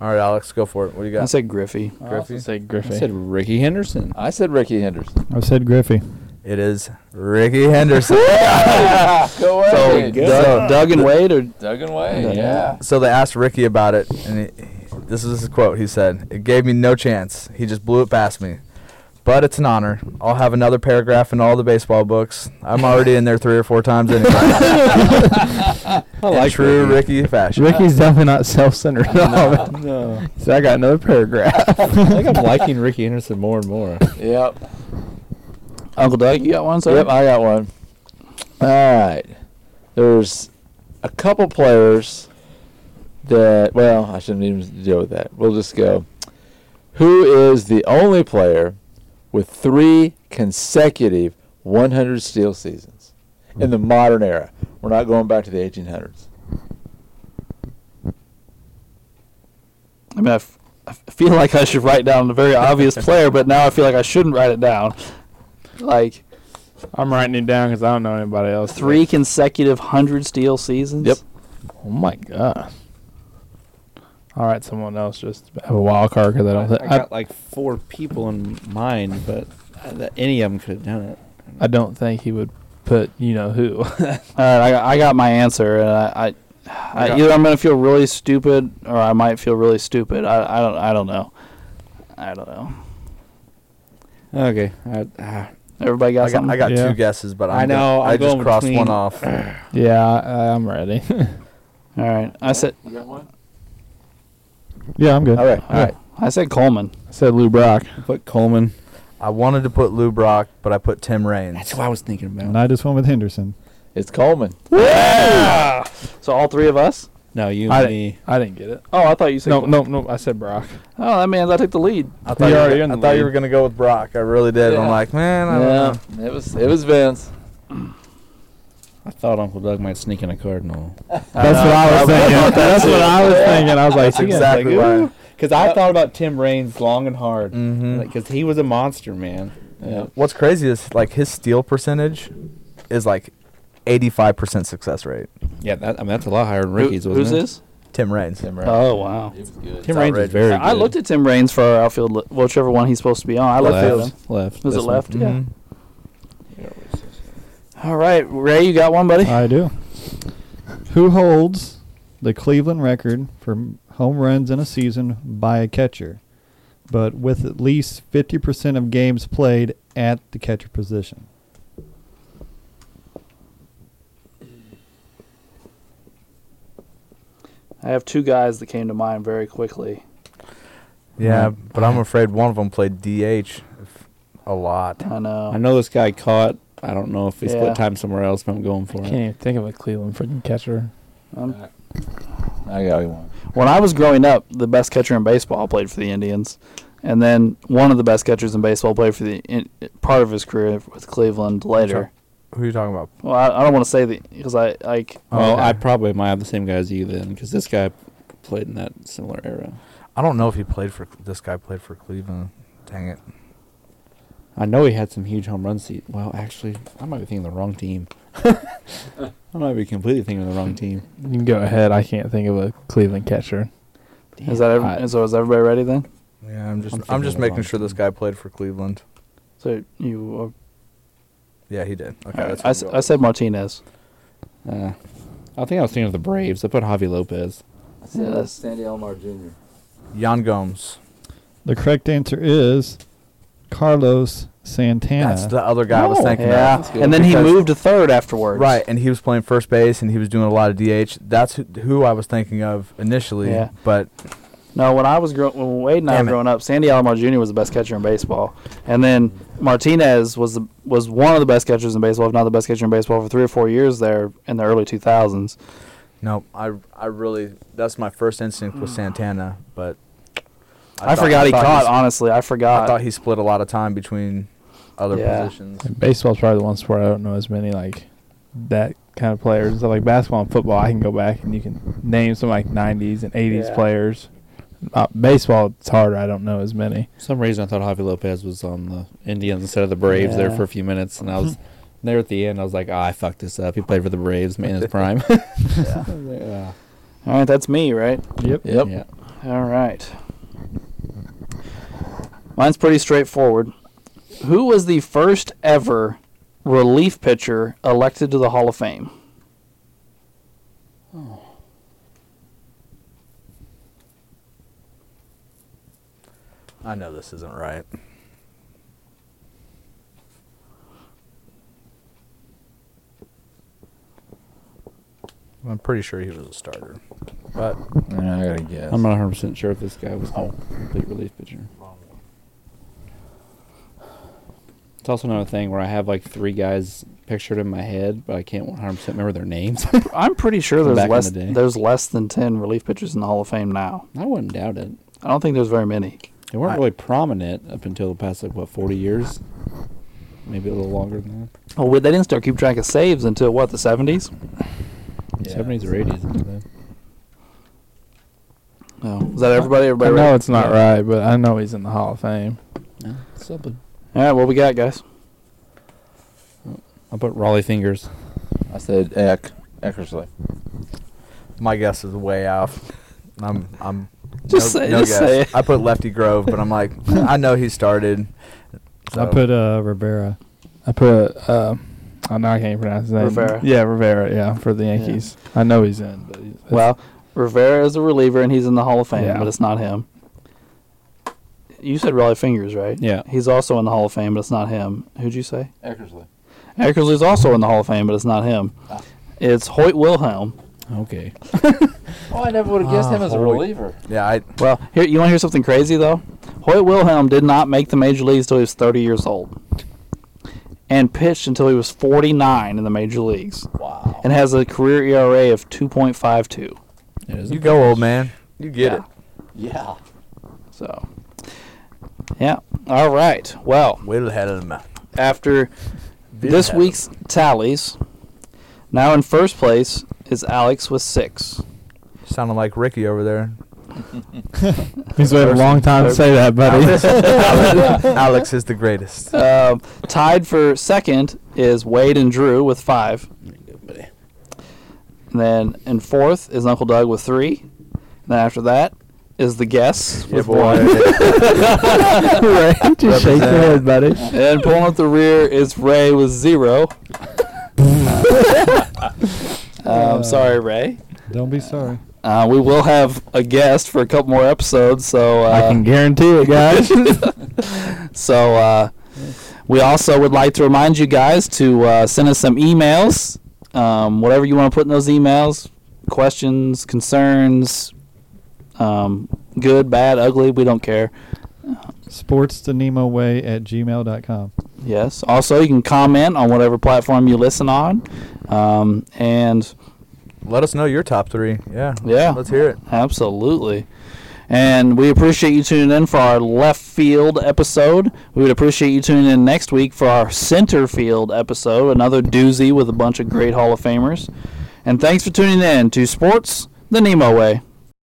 C: All right, Alex, go for it. What do you
A: I
C: got?
A: said Griffey.
D: I also
C: Griffey?
D: say
B: I
D: Griffey.
B: said Ricky Henderson.
E: I said Ricky Henderson.
F: I said Griffey.
C: It is Ricky Henderson.
E: Go
A: So, Doug, Doug and Wade or
E: Doug and Wade.
A: Yeah.
E: Yeah.
C: so they asked Ricky about it, and he, this is his quote. He said, "It gave me no chance. He just blew it past me." But it's an honor. I'll have another paragraph in all the baseball books. I'm already in there three or four times anyway. in true Ricky fashion.
D: Ricky's definitely not self-centered [LAUGHS] at all.
B: No,
D: [LAUGHS] So I got another paragraph.
B: [LAUGHS] I think I'm liking Ricky Henderson more and more.
E: Yep.
A: Uncle Doug? You got one, sir?
E: Yep, I got one. All right. There's a couple players that, well, I shouldn't even deal with that. We'll just go. Who is the only player with three consecutive 100 steal seasons in the modern era? We're not going back to the 1800s.
A: I mean, I, f- I f- feel like I should write down the very obvious player, but now I feel like I shouldn't write it down. Like
D: [LAUGHS] I'm writing it down because I don't know anybody else.
A: three consecutive hundred steal seasons.
E: Yep.
D: Oh my god. All right, someone else just have a wild card because I don't. thi- I,
B: like four people in mind, but uh, any of them could have done it.
D: I don't think he would put you know who. [LAUGHS]
A: All right, I got, I got my answer, and I, I, I either I'm gonna feel really stupid or I might feel really stupid. I, I don't I don't know. I don't know.
B: Okay. I, ah,
A: Everybody got
C: I got,
A: something.
C: I got
F: Yeah.
C: two guesses, but I'm
B: I know,
C: Gonna, I
B: I'm
C: just
B: going
C: crossed one
B: between-
C: off.
D: Yeah, I, I'm ready. [LAUGHS]
A: All right. I said.
D: yeah, I'm good.
E: All right, all
A: All
E: right.
A: right. I said Coleman.
D: I said Lou Brock.
B: put Coleman.
C: I wanted to put Lou Brock, but I put Tim Raines.
B: That's what I was thinking
F: And
B: about.
F: I just went with Henderson.
E: It's Coleman.
A: So all three of us.
B: No, you
D: I
B: and
D: didn't,
B: me.
D: I didn't get it.
A: Oh, I thought you said.
D: No,
A: Col-
D: no, no. I said Brock.
A: Oh, that means I took the lead.
C: I thought, you
D: You're-
C: were,
D: you're in
C: gonna- I
D: the
C: thought you
D: lead.
C: were gonna go with Brock. I really did. I'm
D: Yeah.
C: like, man, I don't
E: Yeah,
C: know.
E: it was it was Vince.
B: I thought Uncle Doug might sneak in a Cardinal.
D: That's what I was thinking. That's what I was thinking. I was like,
C: That's exactly why.
B: Because I thought about Tim Raines long and hard.
C: Mhm.
B: Because he was a monster, man.
E: Yeah.
C: What's crazy is like his steal percentage is like 85% success rate.
B: Yeah, that, I mean, that's a lot higher than
A: Who-
B: Ricky's, wasn't
A: who's
B: it?
A: this?
C: Tim Raines.
E: Tim Raines.
A: Oh wow.
E: He was good.
C: It's
B: Tim Raines is
C: outrageous.
B: very good.
A: I looked at Tim Raines for our outfield, li- whichever one he's supposed to be on. I looked at him.
B: left. Left.
A: Was
B: this
A: it
B: one.
A: left? Yeah.
C: Mhm.
A: All right, Ray, you got one, buddy.
F: I do. Who holds the Cleveland record for m- home runs in a season by a catcher, but with at least 50% of games played at the catcher position?
A: I have two guys that came to mind very quickly.
C: Yeah, but I'm afraid one of them played DH if- a lot.
A: I know.
B: I know this guy caught. I don't know if he
A: Yeah.
B: split time somewhere else, but I'm going for
D: Can't
B: it.
D: even think of a Cleveland freaking catcher.
A: Um,
E: I got one.
A: when I was growing up, the best catcher in baseball played for the Indians, and then one of the best catchers in baseball played for the in, part of his career with Cleveland later.
C: Who are you talking about?
A: Well, I, I don't want to say the because I like
B: Well,
C: Okay.
B: Oh, I probably might have the same guy as you then, because this guy played in that similar era.
C: I don't know if he played for this guy played for Cleveland. Dang it.
B: I know he had some huge home run seat. Well, actually, I might be thinking the
A: [LAUGHS]
B: wrong team. I might be completely thinking the wrong team.
D: You can go ahead. I can't think of a Cleveland catcher.
A: is that
D: I-
A: every, so? Is everybody ready then?
C: Yeah, I'm just
B: I'm
C: I'm,
B: thinking
C: just
B: of the
C: making
B: wrong
C: sure this
B: team.
C: guy played for Cleveland.
A: So you,
C: Yeah, he did. Okay,
A: uh,
C: that's
A: I,
C: what
A: s-
C: I'm
A: I said Martinez.
B: Uh, I think I was thinking of the Braves. I put Javi Lopez.
E: I
A: said, uh, Yes.
E: Sandy Elmar Jr.
C: going with. Jan Gomes.
F: The correct answer is Carlos Santana.
C: That's the other guy I was
B: No.
C: thinking of.
A: Yeah,
E: that's good.
A: and then he
C: Because-
A: moved to third afterwards.
C: Right, and he was playing first base, and he was doing a lot of DH. That's who, who I was thinking of initially.
A: Yeah.
C: But
A: No, when I was grow- when Wade and I
C: Damn
A: were
C: it.
A: growing up, Sandy Alomar Jr. was the best catcher in baseball, and then Martinez was the, was one of the best catchers in baseball, if not the best catcher in baseball, for three or four years there in the early two thousands.
C: no, I I really that's my first instinct was Santana, but
A: I,
C: thought-
A: forgot he
C: thought
A: caught.
C: s-
A: honestly, I
C: I
A: forgot.
C: thought he split a lot of time between other
A: Yeah.
C: positions.
D: And baseball's probably the one sport I don't know as many like that kind of players. So like basketball and football, I can go back and you can name some like '90s and '80s
A: Yeah.
D: players. Uh, baseball, it's harder. I don't know as many.
B: For some reason, I thought Javi Lopez was on the Indians instead of the Braves there
A: Yeah.
B: for a few minutes, and I [LAUGHS] was there at the end. I was like, oh, I fucked this up. He played for the Braves, man, in his prime. [LAUGHS] yeah.
A: All right, that's me, right?
F: yep.
E: Yep.
B: yeah.
A: All right. Mine's pretty straightforward. Who was the first ever relief pitcher elected to the Hall of Fame?
C: I know this isn't right. I'm pretty sure he was a starter, but
E: I gotta guess.
B: I'm not 100% sure if this guy was a complete relief pitcher. It's also another thing where I have like three guys pictured in my head, but I can't 100% remember their names. [LAUGHS]
A: I'm pretty sure
B: From
A: there's
B: back in
A: less
B: the day.
A: there's less than ten relief pitchers in the Hall of Fame now.
B: I wouldn't doubt it.
A: I don't think there's very many.
B: They weren't
C: I-
B: really prominent up until the past like what 40 years, maybe a little longer than
A: Oh, wait, they didn't start keep track of saves until what the 70s?
B: that. 70s or 80s. I believe.
A: No, is that everybody?
D: I
A: Everybody?
D: know
A: ready?
D: it's not right, but I know he's in the Hall of Fame.
B: Yeah, something.
A: All right, what we got, guys?
B: I'll put Raleigh fingers.
E: I said Eck. Eckersley.
C: my guess is way off. I'm I'm
A: Just
C: no,
A: say-
C: no
A: just
C: guess.
A: say it.
C: I put Lefty Grove, but I'm like I know he started.
F: I
C: so-
F: put uh, Rivera.
D: I put. Uh, I know I can't pronounce his name.
A: Rivera.
D: Yeah, Rivera. Yeah, for the Yankees. I know he's in, but he's,
A: Well, Rivera is a reliever and he's in the Hall of Fame,
D: Yeah.
A: but it's not him. you said Raleigh Fingers, right?
B: Yeah.
A: He's also in the Hall of Fame, but it's not him. Who'd you say?
E: Eckersley.
A: Eckersley's also in the Hall of Fame, but it's not him.
E: Ah.
A: It's Hoyt Wilhelm.
B: Okay.
E: Oh, I never would have guessed him as a
C: Hoyt.
E: reliever.
C: Yeah, I
A: Well, Uh, here you want to hear something crazy though? Hoyt Wilhelm did not make the major leagues till he was 30 years old, and pitched until he was 49 in the major leagues,
E: Wow.
A: and has a career ERA of 2.52.
B: It is
C: you go, old man. You get
A: Yeah.
C: it.
E: Yeah.
A: So, yeah. All right. Well,
C: Wilhelm.
A: after this
C: Wilhelm.
A: week's tallies, now in first place is Alex with six.
C: sounding like Ricky over [LAUGHS] there.
D: He's waited a long time to say that,
C: [LAUGHS]
D: buddy.
C: Alex is the greatest.
A: Um, tied for second is Wade and Drew with five. And then in fourth is Uncle Doug with three. And then after that is the guess
C: Yeah,
A: with
C: boy.
A: one.
D: [LAUGHS] right? [LAUGHS] Just shake your head, buddy.
A: And pulling up the rear is Ray with zero. um, sorry, Ray.
F: Don't be sorry.
A: Uh, we will have a guest for a couple more episodes, so uh,
D: [LAUGHS] I can guarantee it, guys.
A: [LAUGHS] So uh, we also would like to remind you guys to uh, send us some emails. Um, whatever you want to put in those emails, questions, concerns, um, good, bad, ugly, we don't care.
F: Sports the Nemo way at gmail.com.
A: Yes. Also, you can comment on whatever platform you listen on. Um, and
C: Let us know your top three. Yeah.
A: Yeah.
C: Let's hear it.
A: Absolutely. And we appreciate you tuning in for our left field episode. We would appreciate you tuning in next week for our center field episode, another doozy with a bunch of great Hall of Famers. And thanks for tuning in to Sports the Nemo Way.